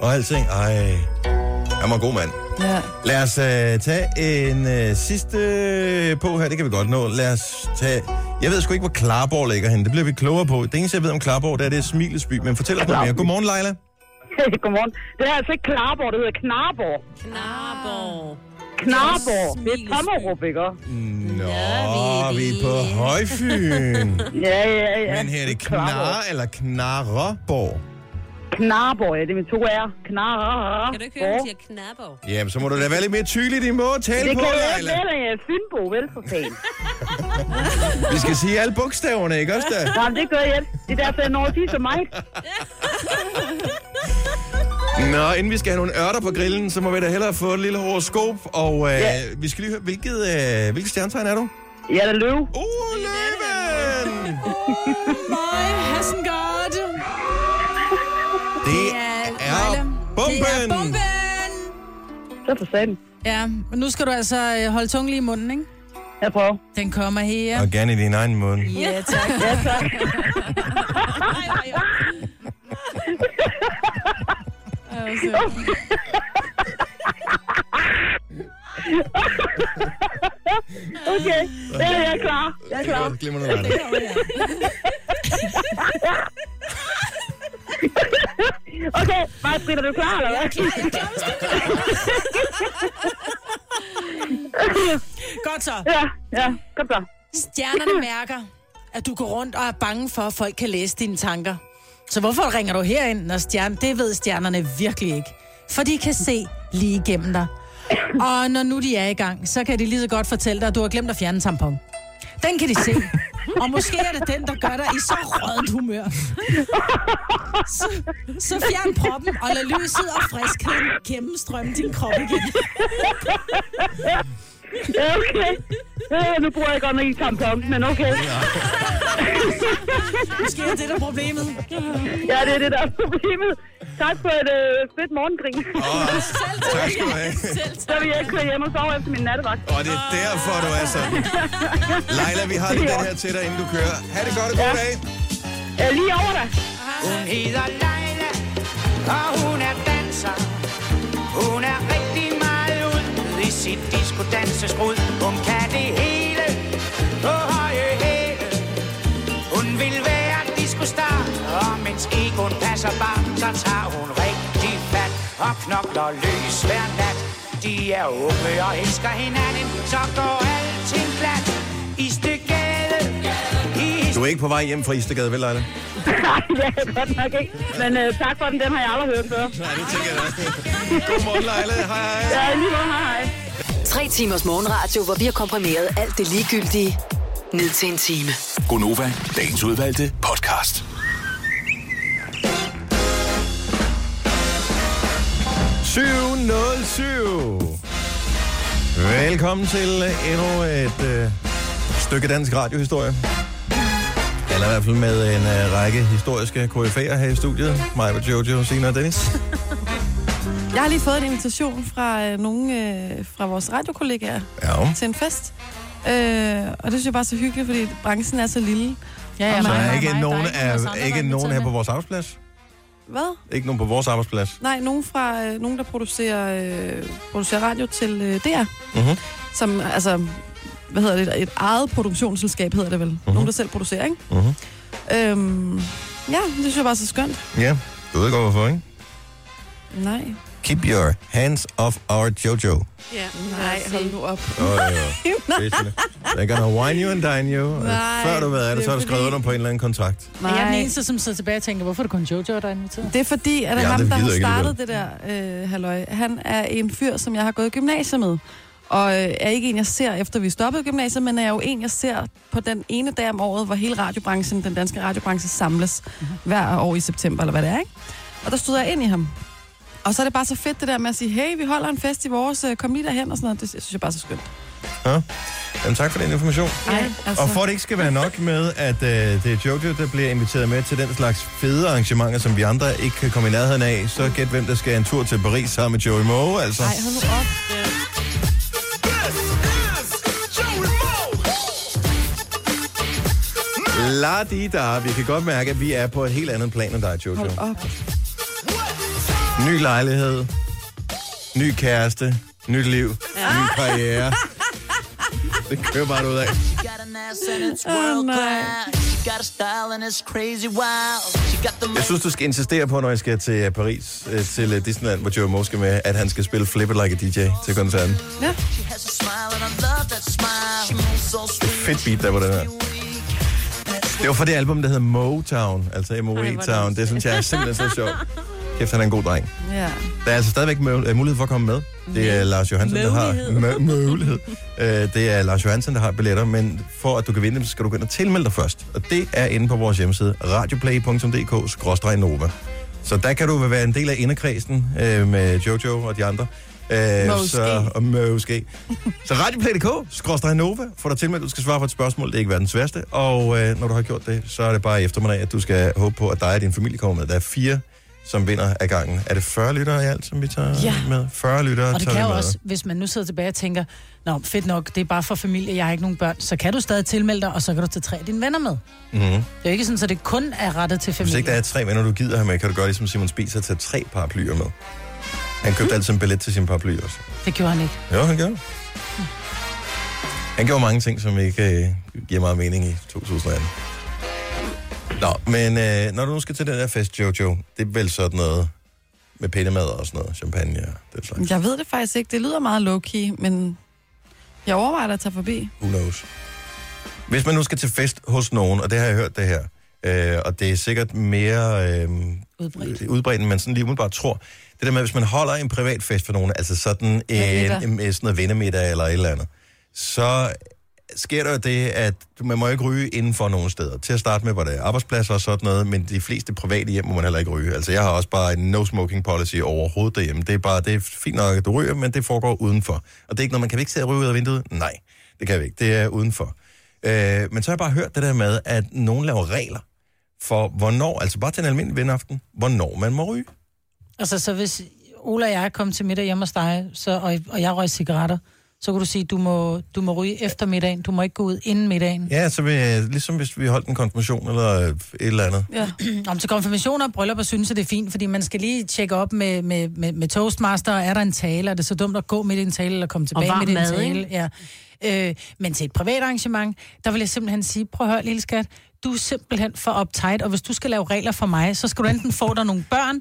Speaker 1: og alting. Ej, han var en god mand.
Speaker 5: ja.
Speaker 1: Lad os øh, tage en øh, sidste øh, på her. Det kan vi godt nå. Lad os tage... Jeg ved sgu ikke, hvor Klarborg ligger henne. Det bliver vi klogere på. Det eneste, jeg ved om Klarborg, det er, det er Smilesby. Men fortæl os noget mere. Godmorgen, Leila.
Speaker 8: Godmorgen. Det er altså ikke Klarborg, det hedder Knarborg.
Speaker 4: Knarborg.
Speaker 8: Knarborg. Det er
Speaker 4: Smilesby.
Speaker 8: Tommerup, ikke? også?
Speaker 1: Nå, vi er på Højfyn.
Speaker 8: [LAUGHS] Ja, ja, ja.
Speaker 1: Men her er det
Speaker 8: Klarborg.
Speaker 1: Knarre eller Knarreborg.
Speaker 8: Knarborg, ja, det er med to R'er. Knarborg.
Speaker 4: Kan du ikke høre, at siger knapper?
Speaker 1: Jamen, så må du da være lidt mere tydelig i din måde at tale
Speaker 8: Det
Speaker 1: på,
Speaker 8: kan jeg ikke
Speaker 1: Leila.
Speaker 8: være, at jeg er Fynbo, vel for fanden.
Speaker 1: Vi skal sige alle bogstaverne, ikke også da?
Speaker 8: Jamen, det gør jeg. Det er derfor, jeg når at sige så meget.
Speaker 1: Nå, inden vi skal have nogle ørter på grillen, så må vi da hellere få et lille horoskop. Og øh, ja. vi skal lige høre, hvilket, øh, hvilket stjernetegn er du?
Speaker 8: Jeg er løv.
Speaker 1: Uh, løven!
Speaker 3: My hasn't God.
Speaker 1: Det er
Speaker 3: Det er
Speaker 1: bomben!
Speaker 3: bomben.
Speaker 8: Så for satan.
Speaker 3: Ja, men nu skal du altså øh, holde tungen lige i munden, ikke?
Speaker 8: Jeg prøver.
Speaker 3: Den kommer her.
Speaker 1: Og gerne i din egen mund.
Speaker 3: Ja, tak.
Speaker 8: [LAUGHS] Okay, det er jeg klar. Jeg
Speaker 1: Det er
Speaker 8: er klar.
Speaker 1: godt, glimrende var det.
Speaker 8: [LAUGHS] Okay, Maja Britt, er du klar, eller hvad?
Speaker 3: Godt så.
Speaker 8: Ja, ja, kom så.
Speaker 3: Stjernerne mærker, at du går rundt og er bange for, at folk kan læse dine tanker. Så hvorfor ringer du herind, når stjerne... Det ved stjernerne virkelig ikke. For de kan se lige igennem dig. Og når nu de er i gang, så kan de lige så godt fortælle dig, at du har glemt at fjerne en tampon. Den kan de se. Og måske er det den, der gør dig i så rødt humør. Så, så fjern proppen og lad lyset og friskheden gennemstrømme din krop igen.
Speaker 8: [LAUGHS]
Speaker 10: Ja, okay. Øh, nu bruger jeg godt nok ikke tampon, men okay.
Speaker 3: Måske er det der problemet.
Speaker 10: Ja, det er det, der er problemet. Tak for et øh, fedt morgengrin.
Speaker 1: Tak skal du have.
Speaker 10: Så vil jeg ikke køre hjem og sove efter min nattevagt.
Speaker 1: Og det er derfor, du er sådan. Leila, vi har lige den her til dig, inden du kører. Ha' det godt og god dag.
Speaker 10: Jeg er lige over dig.
Speaker 9: Hun hedder Leila, og hun er danser. Hun er rigtig meget ud i sit diskodanseskrud. Hun kan det hele på høje hæle. Hun vil være diskostar, og mens Egon passer bar, så tager hun rigtig fat og knokler løs hver nat. De er unge og elsker hinanden, så går alting glat i stykkade. I
Speaker 1: Du er ikke på vej hjem fra Istegade, vel, Leila?
Speaker 9: [LAUGHS]
Speaker 10: Nej, det er jeg godt nok ikke. Men øh, tak for den, den har jeg aldrig hørt før.
Speaker 1: Nej, det tænker jeg da. Godmorgen, Leila. Hej, hej.
Speaker 10: Ja, lige måde, hej hej.
Speaker 6: Tre timers morgenradio, hvor vi har komprimeret alt det ligegyldige ned til en time.
Speaker 7: Gonova, dagens udvalgte podcast.
Speaker 1: Velkommen til endnu et øh, stykke dansk radiohistorie. Eller i hvert fald med en øh, række historiske KF'er her i studiet. Mig, Jojo, Sina og Dennis.
Speaker 5: Jeg har lige fået en invitation fra øh, nogle øh, fra vores radiokollegaer
Speaker 1: Ja.
Speaker 5: til en fest. Øh, og det synes jeg bare er så hyggeligt, fordi branchen er så lille.
Speaker 3: Ja, ja,
Speaker 5: Og
Speaker 1: Så
Speaker 5: mig-
Speaker 1: der er
Speaker 5: Nej, nej,
Speaker 1: ikke
Speaker 3: mig,
Speaker 1: nogen,
Speaker 3: der er ikke nogen af os
Speaker 1: af,
Speaker 3: andre, der ligesom er
Speaker 1: ikke nogen her
Speaker 3: inviteret
Speaker 1: på
Speaker 3: med.
Speaker 1: vores arbejdsplads.
Speaker 5: Hvad?
Speaker 1: Ikke nogen på vores arbejdsplads.
Speaker 5: Nej, nogen, fra, øh, nogen der producerer, øh, producerer radio til øh, DR.
Speaker 1: Mhm.
Speaker 5: Som, altså, hvad hedder det? Et eget produktionsselskab hedder det vel. Mm-hmm. Nogen, der selv producerer, ikke?
Speaker 1: Mhm.
Speaker 5: Øhm, ja, det synes jeg bare er så skønt.
Speaker 1: Ja, du ved godt hvorfor, ikke?
Speaker 5: Nej.
Speaker 1: Keep your hands off our Jojo.
Speaker 4: Ja,
Speaker 5: Nej, hold nu op.
Speaker 1: Åh,
Speaker 5: [LAUGHS]
Speaker 1: jo, jo. Det er sådan, They're gonna wine you and dine you. Og
Speaker 5: Nej,
Speaker 1: Før du har været af det,
Speaker 5: det er
Speaker 1: så har du skrevet
Speaker 5: fordi-
Speaker 1: under på en eller anden kontrakt.
Speaker 3: Jeg er den eneste, som sidder tilbage og tænker, hvorfor er det kun Jojo, der er inviteret?
Speaker 5: Det er fordi, at
Speaker 1: Ja,
Speaker 5: ja, ham,
Speaker 1: det
Speaker 5: der har
Speaker 1: gider ikke
Speaker 5: startet det der øh, halløj, han er en fyr, som jeg har gået i gymnasiet med. Og øh, er ikke en, jeg ser, efter vi stoppede gymnasiet, men er jo en, jeg ser på den ene dag om året, hvor hele radiobranchen, den danske radiobranche, samles
Speaker 1: Mhm.
Speaker 5: hver år i september, eller hvad det er, ikke? Og der stod jeg ind i ham. Og så er det bare så fedt det der med at sige, hey, vi holder en fest i vores, øh, kom lige derhen og sådan noget. Det synes jeg bare er så skønt.
Speaker 1: Jamen, tak for den information.
Speaker 5: Nej,
Speaker 3: altså.
Speaker 1: Og for at det ikke skal være nok med, at øh, det er Jojo, der bliver inviteret med til den slags fede arrangementer, som vi andre ikke kan komme i nærheden af, så gæt hvem, der skal en tur til Paris sammen med Joey Moe, altså.
Speaker 5: Ej, hold nu op.
Speaker 1: La di da. Vi kan godt mærke, at vi er på et helt andet plan end dig, Jojo.
Speaker 5: Hold op.
Speaker 1: Ny lejlighed, ny kæreste, nyt liv, ny karriere. Det kører bare ud af.
Speaker 9: She got an ass and it's
Speaker 5: Oh,
Speaker 9: world
Speaker 5: no.
Speaker 9: class. She got a style and it's crazy wild. She got the
Speaker 1: Jeg synes, du skal insistere på, når jeg skal til øh, Paris, øh, til øh, Disneyland, hvor Joey Moe skal med, at han skal spille Flip It Like a DJ til koncerten.
Speaker 5: Ja.
Speaker 9: She has a smile and I love that smile. She moves so
Speaker 1: [LAUGHS]
Speaker 9: sweet.
Speaker 1: Fedt beat, der var den her. Det var fra det album, der hedder Motown, altså
Speaker 4: Ej, hvor
Speaker 1: M-O-E-Town. Det synes jeg er simpelthen så sjovt. Kæft, han er en god dreng.
Speaker 5: ja.
Speaker 1: Der er altså stadigvæk mø- øh, mulighed for at komme med. Det er Lars Johansen, der har mø- mulighed. Øh, Det er Lars Johansen, der har billetter, men for at du kan vinde dem, så skal du gå ind og tilmelde dig først. Og det er inde på vores hjemmeside, radioplay.dk-nova. Så der kan du være en del af inderkredsen øh, med Jojo og de andre. Øh,
Speaker 5: Måske.
Speaker 1: Så, og måske. så radioplay.dk, skråstrej Nova, får dig tilmeldt, du skal svare på et spørgsmål, det er ikke verdens sværeste, og øh, når du har gjort det, så er det bare i eftermiddag, at du skal håbe på, at dig og din familie kommer med. Der er fire, som vinder af gangen. Er det 40 lyttere i alt, som vi tager
Speaker 3: Ja.
Speaker 1: med? 40 lyttere
Speaker 3: Og det
Speaker 1: tager
Speaker 3: kan
Speaker 1: vi
Speaker 3: jo
Speaker 1: med.
Speaker 3: også, hvis man nu sidder tilbage og tænker, Nå, fedt nok, det er bare for familie, jeg har ikke nogen børn, så kan du stadig tilmelde dig, og så kan du tage tre af dine venner med. Mm-hmm. Det er jo ikke sådan, at det kun er rettet til
Speaker 1: Hvis
Speaker 3: familie.
Speaker 1: ikke Mhm. der er tre venner, du gider have med, kan du gøre ligesom Simon Spies og tage tre paraplyer med. Han
Speaker 3: Hm.
Speaker 1: købte altid en billet til sin paraply også.
Speaker 3: Det gjorde han ikke.
Speaker 1: Jo, han gjorde det. Han gjorde mange ting, som ikke øh, giver meget mening i 2018. Nå, men øh, når du nu skal til den der fest, Jojo, det er vel sådan noget med pindemad og sådan noget, champagne og den slags.
Speaker 5: Jeg ved det faktisk ikke. Det lyder meget low-key, men jeg overvejer da at tage forbi.
Speaker 1: Who knows? Hvis man nu skal til fest hos nogen, og det har jeg hørt det her, øh, og det er sikkert mere øh,
Speaker 3: Udbredt.
Speaker 1: udbredt, end man sådan lige umiddelbart tror. det der med, hvis man holder en privat fest for nogen, altså sådan en,
Speaker 11: Vennemiddag.
Speaker 1: en, en sådan noget vendemiddag eller et eller andet, så sker der jo det, at man må ikke ryge inden for nogen steder. Til at starte med var det arbejdspladser og sådan noget, men de fleste private hjem må man heller ikke ryge. Altså jeg har også bare en no-smoking policy overhovedet derhjemme. Det er bare, det er fint nok, at du ryger, men det foregår udenfor. Og det er ikke noget, man kan vi ikke sidde og ryge ud af vinduet? Nej, det kan vi ikke. Det er udenfor. Øh, men så har jeg bare hørt det der med, at nogen laver regler for, hvornår, altså bare til en almindelig venaften, hvornår man må ryge.
Speaker 3: Altså, så hvis Ola og jeg kom til middag hjemme hos dig, så, og, og jeg røg cigaretter, så kunne du sige, du må, du må ryge efter middagen, du må ikke gå ud inden middagen.
Speaker 1: Ja, så vi, ligesom hvis vi holdt en konfirmation eller øh, et eller andet.
Speaker 3: Ja. [CLEARS THROAT] Om til konfirmationer og bryllupper synes jeg, det er fint, fordi man skal lige tjekke op med, med, med, med toastmaster, og er der en tale, er det så dumt at gå midt i en tale, eller komme tilbage
Speaker 4: varm
Speaker 3: midt i en
Speaker 4: mad,
Speaker 3: tale.
Speaker 4: ikke?
Speaker 3: Ja. Øh, men til et privat arrangement, der vil jeg simpelthen sige, prøv at høre, lille skat, du er simpelthen for uptight, og hvis du skal lave regler for mig, så skal du enten få dig nogle børn,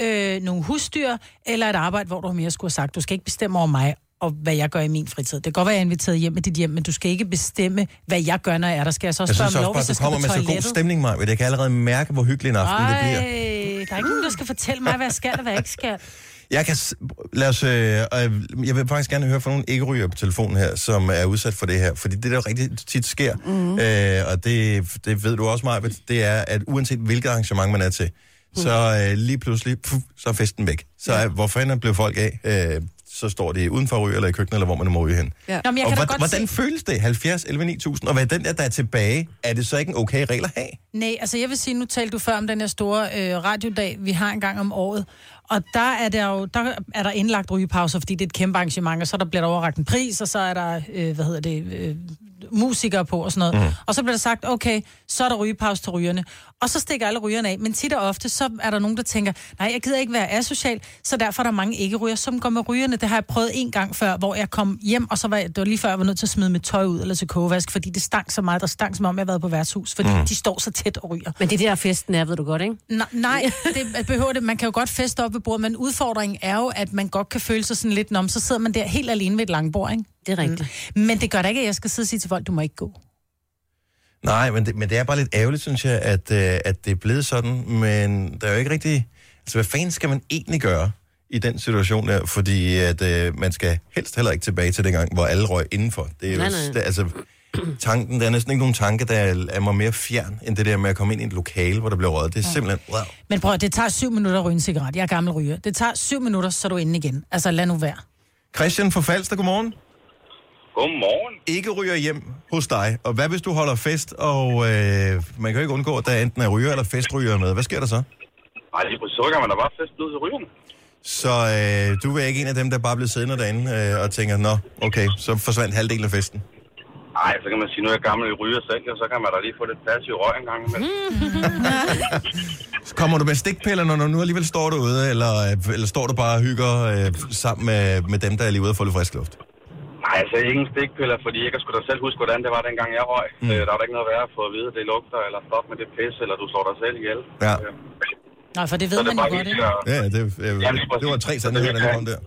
Speaker 3: øh, nogle husdyr, eller et arbejde, hvor du mere skulle have sagt, du skal ikke bestemme over mig, og hvad jeg gør i min fritid. Det kan godt være, at jeg er inviteret hjem med dit hjem, men du skal ikke bestemme, hvad jeg gør, når jeg er der. Skal jeg så
Speaker 1: Jeg
Speaker 3: spørge
Speaker 1: synes også
Speaker 3: om lov,
Speaker 1: bare, at
Speaker 3: hvis
Speaker 1: du
Speaker 3: jeg skal på
Speaker 1: kommer med så god
Speaker 3: toilettet?
Speaker 1: stemning, Maja. Jeg kan allerede mærke, hvor hyggelig en aften Ej. det bliver.
Speaker 3: der er ikke nogen, der skal fortælle mig, hvad jeg skal og hvad jeg ikke skal.
Speaker 1: Jeg kan... s- Lad os... Øh, øh, jeg vil faktisk gerne høre fra nogle ikke-ryger på telefonen her, som er udsat for det her. Fordi det, der rigtig tit sker,
Speaker 3: Mhm.
Speaker 1: mm. øh, og det, det ved du også, Maja, det er, at uanset hvilket arrangement man er til, så
Speaker 3: Mhm.
Speaker 1: øh, lige pludselig, puh, så er festen væk. Så øh, hvor fanden blev folk af? Øh, så står de udenfor og ryger, eller i køkkenet, eller hvor man nu må ryge hen.
Speaker 3: Ja. Nå, men jeg
Speaker 1: og
Speaker 3: kan da
Speaker 1: hvordan,
Speaker 3: godt
Speaker 1: hvordan
Speaker 3: se-
Speaker 1: føles det? 70, 11, 9000? Og hvad den der, der er tilbage, er det så ikke en okay regel at have?
Speaker 3: Nej, altså jeg vil sige, nu talte du før om den her store øh, radiodag, vi har en gang om året. Og der er der jo der er der indlagt rygepauser, fordi det er et kæmpe arrangement, og så er der bliver der overragt en pris, og så er der, øh, hvad hedder det, øh, musikere på og sådan noget.
Speaker 12: Mm.
Speaker 3: Mm. Og så bliver der sagt, okay, så er der rygepause til rygerne. Og så stikker alle rygerne af, men tit og ofte, så er der nogen, der tænker, nej, jeg gider ikke være asocial, så derfor er der mange ikke-ryger, som går med rygerne. Det har jeg prøvet en gang før, hvor jeg kom hjem, og så var jeg, det var lige før, jeg var nødt til at smide mit tøj ud eller til kogevask, fordi det stank så meget, der stank som om, jeg havde været på værtshus, fordi
Speaker 4: Mm.
Speaker 3: mm. de står så tæt og ryger.
Speaker 4: Men det er der festen er, ved du godt, ikke?
Speaker 3: Nej, nej det behøver det. Man kan jo godt feste op ved bordet, men udfordringen er jo, at man godt kan føle sig sådan lidt om, så sidder man der helt alene ved et langbord, ikke?
Speaker 4: Det er rigtigt.
Speaker 3: Mm. Men det gør da ikke, at jeg skal sidde og sige til folk, du må ikke gå.
Speaker 1: Nej, men det, men det er bare lidt ærgerligt, synes jeg, at, øh, at det er blevet sådan, men der er jo ikke rigtig... Altså, hvad fanden skal man egentlig gøre i den situation der? Fordi at, øh, man skal helst heller ikke tilbage til dengang, hvor alle røg indenfor. Det er jo,
Speaker 11: Nej, nej.
Speaker 1: Det, altså, tanken, der er næsten ikke nogen tanke, der er, er mig mere fjern, end det der med at komme ind i et lokale, hvor der bliver røget. Det er
Speaker 3: Ja.
Speaker 1: simpelthen... Wow.
Speaker 3: Men prøv, at- det tager syv minutter at ryge en cigaret. Jeg er gammel ryger. Det tager syv minutter, så er du inde igen. Altså, lad nu være.
Speaker 1: Christian fra Falster, godmorgen.
Speaker 13: Godmorgen.
Speaker 1: Ikke ryger hjem hos dig. Og hvad hvis du holder fest, og øh, man kan jo ikke undgå, at der enten er ryger eller festryger med. Hvad sker der så?
Speaker 13: Ej, lige på sukker, man er bare fest ud til rygerne.
Speaker 1: Så øh, du er ikke en af dem, der bare blev siddende derinde øh, og tænker, nå, okay, så forsvandt halvdelen af festen.
Speaker 13: Ej, så kan man sige, nu er jeg gammel i ryger selv, og så kan man da lige få lidt plads i røg en gang imellem.
Speaker 1: Hmm. Så kommer du med stikpiller, når du nu alligevel står derude, eller, øh, eller står du bare og hygger øh, sammen med, med dem, der er lige ude og få lidt frisk luft?
Speaker 13: Nej, altså ingen stikpiller, fordi jeg kan sgu da selv huske, hvordan det var dengang jeg røg.
Speaker 1: Mm.
Speaker 13: Mm. Øh, der var da ikke noget værre at få at vide, det lugter, eller stop med det pis, eller du slår dig selv ihjel.
Speaker 1: Ja.
Speaker 3: Nej, for det ved
Speaker 13: Så er
Speaker 3: man
Speaker 13: det
Speaker 3: jo
Speaker 13: bare
Speaker 3: godt,
Speaker 13: lige
Speaker 3: ikke?
Speaker 13: at-
Speaker 1: Ja, det, øh,
Speaker 13: Jamen, lige
Speaker 1: det var tre
Speaker 13: præcis.
Speaker 1: sandheder, der kom der.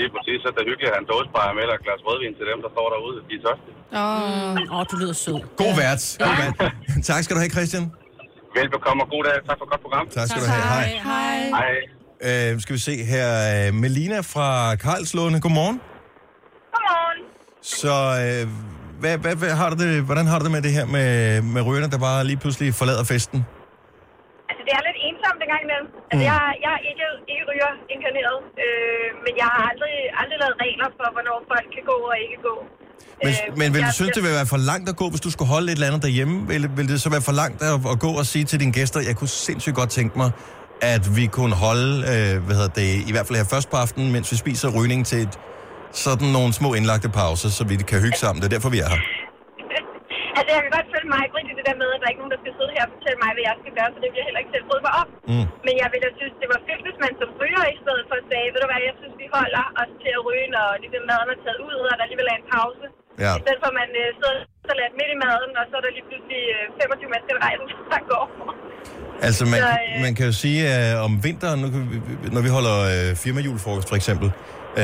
Speaker 13: Lige præcis, så er det hyggeligt at have en dåsebajer med, eller et glas rødvin til dem, der står derude, de er tørste.
Speaker 4: Åh, mm. oh, du lyder sød.
Speaker 1: God vært. God vært. [LAUGHS] tak skal du have, Christian.
Speaker 13: Velbekomme og god dag. Tak for et godt program.
Speaker 1: Tak skal du have. Hej.
Speaker 13: Hej. Hej.
Speaker 1: Øh, skal vi se her. øh, Melina fra Karlslunde. Godmorgen.
Speaker 10: Godmorgen.
Speaker 1: Så øh, hvad, hvad, hvad har du det, hvordan har du det med det her med, med rygerne, der bare lige pludselig forlader festen?
Speaker 10: Altså, det er lidt ensomt en gang imellem. Altså,
Speaker 1: Mm.
Speaker 10: jeg, jeg er ikke, ikke ryger inkarneret, øh, men jeg har aldrig, aldrig lavet regler for, hvornår folk kan gå og ikke gå.
Speaker 1: Men,
Speaker 10: Øh,
Speaker 1: men vil du
Speaker 10: jeg-
Speaker 1: synes, det vil være for langt at gå, hvis du skulle holde et eller andet derhjemme? Vil, vil det så være for langt at, at gå og sige til dine gæster, jeg kunne sindssygt godt tænke mig, at vi kunne holde, øh, hvad hedder det, i hvert fald her først på aftenen, mens vi spiser rygning til et, sådan nogle små indlagte pauser, så vi kan hygge sammen. Det er derfor, vi er her.
Speaker 10: [LAUGHS] Altså, jeg kan godt følge mig, Britt, i det der med, at der er ikke nogen, der skal sidde her og fortælle mig, hvad jeg skal gøre, for det vil jeg heller ikke selv bryde mig om.
Speaker 1: Mm.
Speaker 10: Men jeg ville synes, det var fedt, hvis man som ryger i stedet for sagde, ved du hvad, jeg synes, vi holder os til at ryge, når ligesom, maden er taget ud, og der alligevel er en pause.
Speaker 1: Ja.
Speaker 10: I stedet for, at man øh, sidder så lidt midt i maden, og så er der lige pludselig øh, 25 mennesker i rejsen, [LAUGHS] der går.
Speaker 1: Altså, man,
Speaker 10: Så, øh,
Speaker 1: man kan jo sige, øh, om vinteren, nu, kan vi- når vi holder øh, firmajulfrokost for eksempel, øh,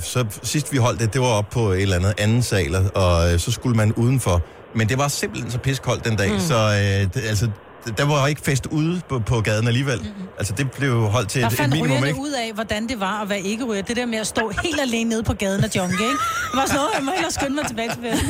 Speaker 1: så sidst vi holdt det, det var op på et eller andet anden sal, og øh, så skulle man udenfor. Men det var simpelthen så piskoldt den dag, mm.
Speaker 11: Mm.
Speaker 1: så øh, det, altså, der var ikke fest ude på, på gaden alligevel. Mm-hmm. Altså, det blev holdt til
Speaker 3: Der
Speaker 1: et, et
Speaker 3: fandt
Speaker 1: minimum,
Speaker 3: rygerne
Speaker 1: ikke?
Speaker 3: ud af, hvordan det var at være ikke ryger. Det der med at stå helt alene nede på gaden og junke, ikke? Det var sådan noget, jeg må hellere skynde mig tilbage til festen.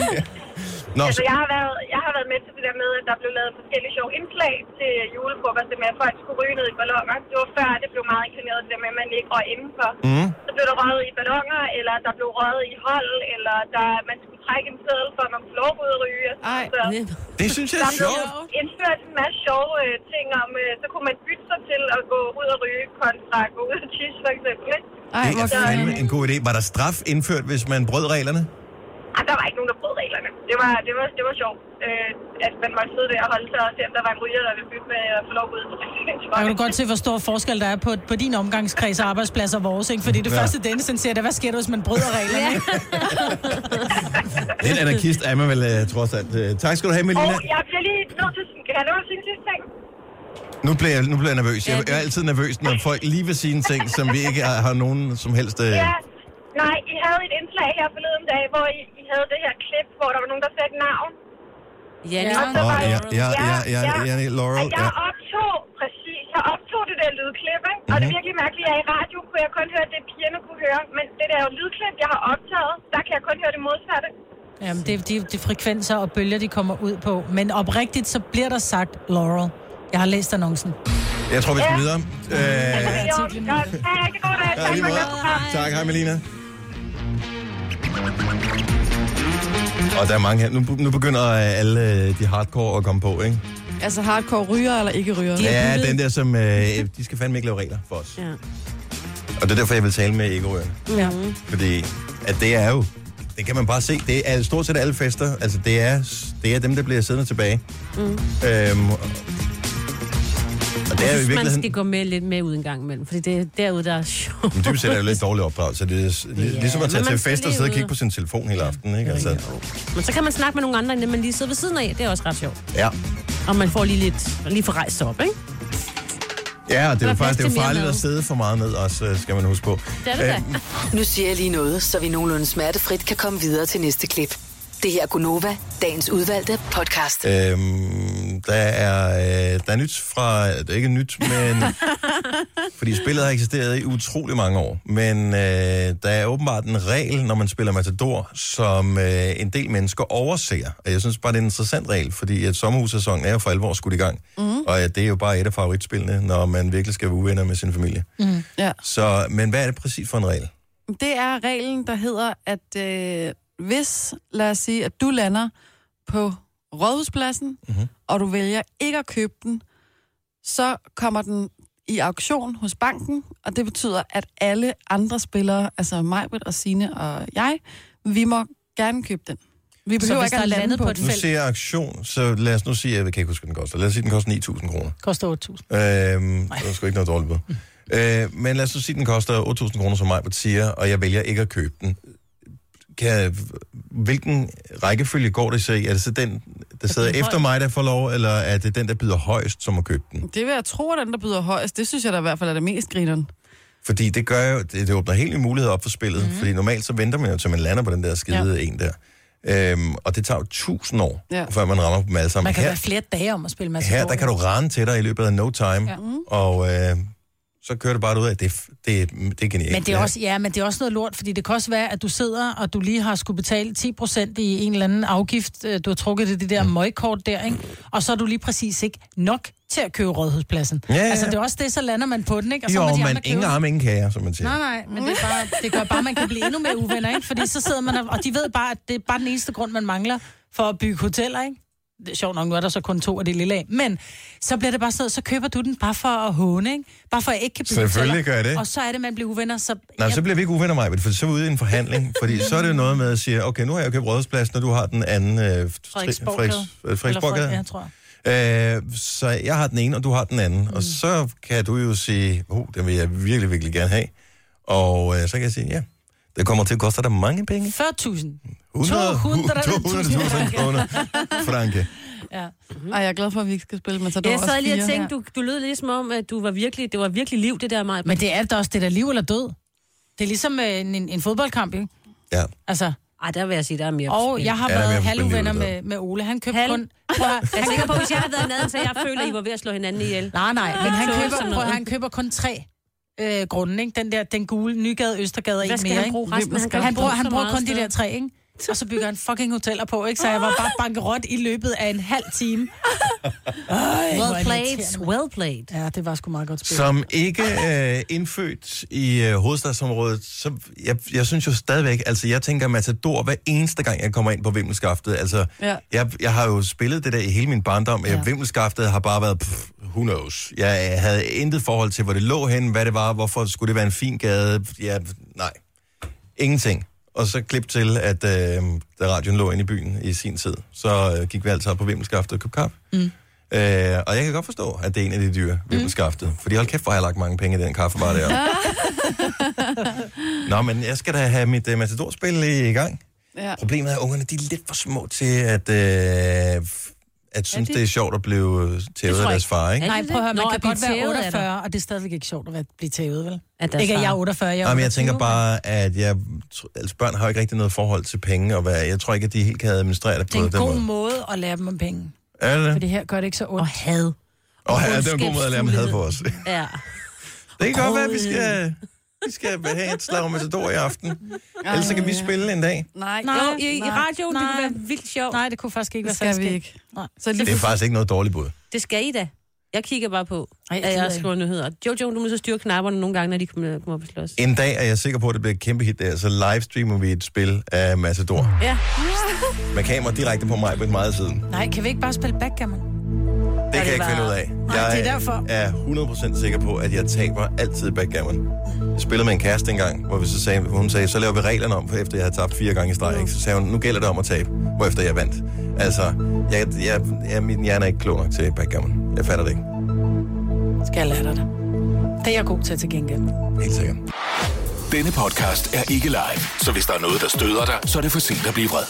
Speaker 1: Nå,
Speaker 10: Altså, jeg har, været, jeg har været med til det der med, at der blev lavet forskellige sjove indslag til julefrokoster med, at folk skulle ryge ned i ballonger. Det var før, det blev meget inklineret det der med, at man ikke røg indenfor.
Speaker 1: Mhm.
Speaker 10: Så blev der røget i ballonger, eller der blev røget i hold, eller der, man skulle trække en seddel for, at man skulle lov at ryge. Ej, så,
Speaker 1: det synes jeg
Speaker 10: der
Speaker 1: er
Speaker 10: blev
Speaker 1: sjovt.
Speaker 10: indført en masse sjove øh, ting om, øh, så kunne man bytte sig til at gå ud og ryge kontra at gå ud og tisse, for eksempel. ikke?
Speaker 1: Det er
Speaker 10: Så, øh,
Speaker 1: fandme en god idé. Var der straf indført, hvis man brød reglerne?
Speaker 10: Ej, der var ikke nogen, der brød reglerne. Det var, det var, det var sjovt, øh, at man måtte sidde der og holde sig og se, om der var en ryger, der ville bytte med at få lov ud.
Speaker 3: Der kan du godt se, hvor stor forskel der er på, på din omgangskreds og arbejdsplads og vores, ikke? Fordi det
Speaker 1: Ja.
Speaker 3: ja. første, Dennis han siger, det er, hvad sker der, hvis man
Speaker 1: [LAUGHS]
Speaker 3: bryder reglerne? Ja.
Speaker 1: Lidt anarkist er man vel uh, trods alt. Uh, tak skal du have, Melina.
Speaker 10: Og jeg bliver lige nødt til sådan, kan jeg nå at sige en sidste ting?
Speaker 1: Nu bliver jeg, nu bliver jeg nervøs. Jeg er altid nervøs, når folk lige vil sige en ting, som vi ikke har, har nogen som helst... Uh...
Speaker 10: Ja. Nej, I havde et indslag her forleden dag, hvor I, I havde det her klip, hvor der var nogen, der sagde et navn.
Speaker 4: Ja,
Speaker 10: det
Speaker 1: Åh, ja, ja, ja, ja, ja, ja, Laurel,
Speaker 10: At jeg
Speaker 1: ja.
Speaker 10: optog, præcis, jeg optog det der lydklip, ikke? Og det er virkelig mærkeligt, at i radio kunne jeg kun høre det, pigerne kunne høre. Men det der lydklip, jeg har optaget, der kan jeg kun høre det modsatte.
Speaker 3: Jamen, det er de, de frekvenser og bølger, de kommer ud på. Men oprigtigt, så bliver der sagt Laurel. Jeg har læst annoncen.
Speaker 1: Jeg tror, vi skal videre. Uh,
Speaker 10: Det er jo godt. Hej, rigtig god dag.
Speaker 1: Ja,
Speaker 10: Tak
Speaker 1: lige
Speaker 10: for
Speaker 1: måde.
Speaker 10: et godt program.
Speaker 1: Tak, hej Melina. Og der er mange her. Nu, nu begynder alle øh, de hardcore at komme på, ikke?
Speaker 5: Altså hardcore ryger eller ikke ryger?
Speaker 1: Ja, den der, som... Øh, de skal fandme ikke lave regler for os.
Speaker 5: Ja.
Speaker 1: Og det er derfor, jeg vil tale med ikke
Speaker 5: ja.
Speaker 1: Mhm. Fordi at det er jo... Det kan man bare se. Det er stort set alle fester. Altså, det er, det er dem, der bliver siddende tilbage.
Speaker 4: Mm.
Speaker 1: Øhm, og og det er jo i
Speaker 4: jeg synes, man
Speaker 1: virkeligheden...
Speaker 4: skal gå med lidt med ud en gang imellem, fordi det er derude, der er sjovt.
Speaker 1: Men dybest set er det jo lidt dårlig opdragelse. Det er li-
Speaker 4: Ja,
Speaker 1: ligesom at tage
Speaker 4: men
Speaker 1: til
Speaker 4: man
Speaker 1: fest
Speaker 4: skal
Speaker 1: og sidde og
Speaker 4: lige
Speaker 1: kigge
Speaker 4: ud.
Speaker 1: på sin telefon hele aftenen, ikke? Altså,
Speaker 4: Men så kan man snakke med nogle andre, end dem, man lige sidder ved siden af. Det er også ret sjovt.
Speaker 1: ja.
Speaker 4: Og man får lige lidt, lige for rejst sig op, ikke?
Speaker 1: Ja, og det er
Speaker 4: Der
Speaker 1: jo
Speaker 4: er
Speaker 1: faktisk det er jo
Speaker 4: plads til mere
Speaker 1: farligt
Speaker 4: mad.
Speaker 1: at sidde for meget ned også, øh, skal man huske på.
Speaker 4: Det er det da.
Speaker 1: Øhm.
Speaker 6: Nu siger jeg lige noget, så vi nogenlunde smertefrit kan komme videre til næste klip. Det her er Gunova, dagens udvalgte podcast.
Speaker 1: Øhm, der, er, øh, der er nyt fra... Det er ikke nyt, men... fordi spillet har eksisteret i utrolig mange år. Men øh, der er åbenbart en regel, når man spiller Matador, som øh, en del mennesker overser. Og jeg synes bare, det er en interessant regel, fordi at sommerhussæsonen er jo for alvor skudt i gang. Mm. Og øh, det er jo bare et af favoritspillene, når man virkelig skal være uvenner med sin familie.
Speaker 5: Mm. ja.
Speaker 1: Så, men hvad er det præcis for en regel?
Speaker 5: Det er reglen, der hedder, at øh, hvis, lad os sige, at du lander på Rådhuspladsen, mm-hmm. og du vælger ikke at købe den, så kommer den i auktion hos banken, og det betyder, at alle andre spillere, altså Majbrit og Sine og jeg, vi må gerne købe den. Vi behøver ikke at lande på, på
Speaker 1: Nu ser jeg aktion, så lad os nu sige, jeg kan ikke huske, hvad den koster. Lad os sige, den koster 9.000 kroner.
Speaker 3: Koster 8.000.
Speaker 1: Øhm, det er sgu ikke noget dårligt på. Øh, men lad os nu sige, den koster 8.000 kroner, som mig siger, og jeg vælger ikke at købe den. Kan, hvilken rækkefølge går det så i? Er det så den, der sidder
Speaker 5: den
Speaker 1: efter
Speaker 5: høj-
Speaker 1: mig, der får lov, eller er det den, der byder højst, som har købt den?
Speaker 5: Det vil jeg tro, at den, der byder højst, det synes jeg da i hvert fald er det mest grineren.
Speaker 1: Fordi det gør jo, det, det åbner helt nye muligheder op for spillet,
Speaker 3: Mhm.
Speaker 1: mm. fordi normalt så venter man jo, til man lander på den der skide ja. en der. Øhm, og det tager jo tusind år, ja.
Speaker 3: Ja.
Speaker 1: før man rammer dem alle sammen.
Speaker 3: Man kan
Speaker 1: Her-
Speaker 3: være flere dage om at spille masser
Speaker 1: Her, der kan du rane til dig i løbet af no time, ja.
Speaker 3: Ja. Mhm.
Speaker 1: og øh, så kører det bare ud af, det, er f- det, er- det er genialt.
Speaker 3: Men det er også, ja, men det er også noget lort, fordi det kan også være, at du sidder, og du lige har skulle betale 10% i en eller anden afgift. Øh, Du har trukket det, det
Speaker 1: Mm.
Speaker 3: der møgkort der, ikke? Og så er du lige præcis ikke nok til at købe rådhuspladsen.
Speaker 1: Ja, ja, ja.
Speaker 3: Altså, det er også det, så lander man på den, ikke? Og så
Speaker 1: jo,
Speaker 3: må de
Speaker 1: men
Speaker 3: andre købe
Speaker 1: ingen
Speaker 3: den.
Speaker 1: arme, ingen kager, som man siger.
Speaker 3: Nej, nej, men det, er bare, det gør bare, at man kan blive endnu mere uvenner, ikke? Fordi så sidder man, og, og de ved bare, at det er bare den eneste grund, man mangler for at bygge hoteller, ikke? Det er sjovt nok, nu er der så kun to af det lille af. Men så bliver det bare sådan noget, så køber du den bare for at håne, ikke? Bare for at jeg ikke kan bygge
Speaker 1: Selvfølgelig
Speaker 3: hoteller.
Speaker 1: gør jeg det.
Speaker 3: Og så er det, man bliver uvenner, så...
Speaker 1: Nej, så bliver vi ikke uvenner mig, for så er vi ude i en forhandling,
Speaker 3: [LAUGHS]
Speaker 1: fordi så er det jo noget med at sige, okay, nu har jeg købt Rådhuspladsen, og du har den anden øh, Fri-
Speaker 3: Frederiksborggade.
Speaker 1: Frederiks- øh, Frederiksborggade.
Speaker 3: Eller Ja, tror jeg.
Speaker 1: Øh, så jeg har den ene, og du har den anden. Mm. Og så kan du jo sige, oh, den vil jeg virkelig, virkelig gerne have. Og øh, så kan jeg sige, ja, det kommer til at koste dig mange penge.
Speaker 3: 40.000.
Speaker 1: 100 [LAUGHS] 200.000 kroner, Franke.
Speaker 5: Ej, jeg er glad for, at vi ikke skal spille Matador.
Speaker 4: Jeg sad
Speaker 5: også
Speaker 4: lige og
Speaker 5: fire.
Speaker 4: tænkte, du, du lød lidt som om, at du var virkelig, det var virkelig liv, det der mig.
Speaker 3: Men det er da også det der liv eller død. Det er ligesom øh, en, en, en fodboldkamp, ikke?
Speaker 1: Ja.
Speaker 3: Altså,
Speaker 4: Ej, der vil jeg sige, der er mere...
Speaker 3: Og jeg har
Speaker 4: Ja, der er
Speaker 3: været
Speaker 4: mere
Speaker 3: halvuvenner
Speaker 4: forskellige
Speaker 3: med, med Ole. Han købte
Speaker 4: Hal-
Speaker 3: kun...
Speaker 4: [LAUGHS] Jeg er sikker på, hvis jeg havde været naden, så jeg føler, I var ved at slå hinanden ihjel.
Speaker 3: Nej, nej, [LAUGHS] men han
Speaker 4: Så
Speaker 3: køber,
Speaker 4: sådan
Speaker 3: prøv,
Speaker 4: noget.
Speaker 3: at- han køber kun tre øh, grunde, ikke? Den der, den gule Nygade, Østergade og
Speaker 4: Hvad
Speaker 3: en
Speaker 4: skal
Speaker 3: mere,
Speaker 4: han
Speaker 3: ikke?
Speaker 4: bruge resten? Han
Speaker 3: Han,
Speaker 4: kan
Speaker 3: han, bruger,
Speaker 4: ikke
Speaker 3: han
Speaker 4: bruge
Speaker 3: bruger
Speaker 4: så
Speaker 3: kun
Speaker 4: meget
Speaker 3: de der tre, ikke? Og så bygger han fucking hoteller på, ikke? Så jeg var
Speaker 4: [LAUGHS]
Speaker 3: bare bankerot i løbet af en halv time. Øj,
Speaker 4: Well played, well played.
Speaker 3: Ja, det var sgu meget godt spillet.
Speaker 1: Som ikke øh, indfødt i øh, hovedstadsområdet, så jeg, jeg synes jo stadigvæk, altså jeg tænker Matador hver eneste gang, jeg kommer ind på Vimmelskaftet. Altså,
Speaker 5: Ja.
Speaker 1: jeg, jeg har jo spillet det der i hele min barndom. Ja. Vimmelskaftet har bare været, pff, who knows. Jeg havde intet forhold til, hvor det lå hen, hvad det var, hvorfor skulle det være en fin gade. Ja, nej. Ingenting. Og så klip til, at øh, da radioen lå inde i byen i sin tid, så øh, gik vi altid op på Vimmelskaftet og købte kaffe.
Speaker 3: Mm.
Speaker 1: Øh, og jeg kan godt forstå, at det er en af de dyre vimmelskaftet. Mm. Fordi hold kæft, hvor har jeg lagt mange penge i den kaffe bare deroppe. Nå, men jeg skal da have mit uh, matadorspil i gang.
Speaker 5: Ja.
Speaker 1: Problemet er, at ungerne de er lidt for små til at, øh, at synes,
Speaker 3: de?
Speaker 1: det er sjovt at blive tævet af deres far, ikke?
Speaker 3: Nej, prøv at høre, man
Speaker 4: Nå,
Speaker 3: kan
Speaker 4: at blive
Speaker 3: godt være
Speaker 4: tævet af dig.
Speaker 3: 48, og det er stadigvæk ikke sjovt at være- blive tævet, vel?
Speaker 4: At
Speaker 1: deres
Speaker 3: Ikke, at jeg er
Speaker 1: far.
Speaker 3: 48, jeg er
Speaker 1: Nej, men jeg
Speaker 3: 28.
Speaker 1: tænker bare, at jeg, tr- altså, børn har jo ikke rigtig noget forhold til penge, og hvad, jeg tror ikke, at de helt kan administrere det
Speaker 3: Det
Speaker 1: på
Speaker 3: er
Speaker 1: den
Speaker 3: en god
Speaker 1: måde.
Speaker 3: måde at lære dem om penge.
Speaker 1: Er det
Speaker 3: For
Speaker 1: det?
Speaker 3: det her gør det ikke så ondt. Og
Speaker 4: had.
Speaker 1: Og ja, det er en god måde at lære dem had på os. Det
Speaker 4: Ja.
Speaker 1: kan godt være, at vi skal, vi skal have et slag om matador i aften. Ellers så kan vi spille en dag.
Speaker 5: Nej,
Speaker 3: nej,
Speaker 4: Jo, i- i radioen, det kunne
Speaker 3: være vildt sjovt. Nej, det kunne faktisk ikke
Speaker 5: Det
Speaker 3: være
Speaker 5: skal vi
Speaker 3: fast.
Speaker 5: ikke.
Speaker 3: Nej.
Speaker 5: Så
Speaker 1: Det er faktisk ikke noget dårligt bud.
Speaker 4: Det skal I da. Jeg kigger bare på,
Speaker 3: Ej,
Speaker 4: Ej,
Speaker 3: jeg
Speaker 4: at
Speaker 3: gider
Speaker 4: jeg
Speaker 3: ikke.
Speaker 4: skriver nyheder. Jojo, du må så styre knapperne nogle gange, når de kommer kommer op og slås.
Speaker 1: En dag er jeg sikker på, at det bliver et kæmpe hit der, så livestreamer vi et spil af Matador. [LAUGHS]
Speaker 4: Ja.
Speaker 1: Med kamera direkte på mig på et meget siden.
Speaker 3: Nej, kan vi ikke bare spille backgammon?
Speaker 1: Det kan jeg ikke finde ud af.
Speaker 3: Nej,
Speaker 1: Jeg
Speaker 3: det er derfor.
Speaker 1: er 100% sikker på, at jeg taber altid backgammon. Jeg spillede med en kæreste engang, hvor vi så sagde, hun sagde, så laver vi reglerne om, for efter jeg havde tabt fire gange i streg. Ikke? Så sagde hun, nu gælder det om at tabe, hvorefter jeg vandt. Altså, jeg, jeg, jeg, min hjerne er ikke klog nok til backgammon. Jeg fatter det ikke.
Speaker 3: Skal jeg lære dig det? Det er jeg god til til gengæld.
Speaker 1: Helt sikkert.
Speaker 7: Denne podcast er ikke live, så hvis der er noget, der støder dig, så er det for sent at blive vred.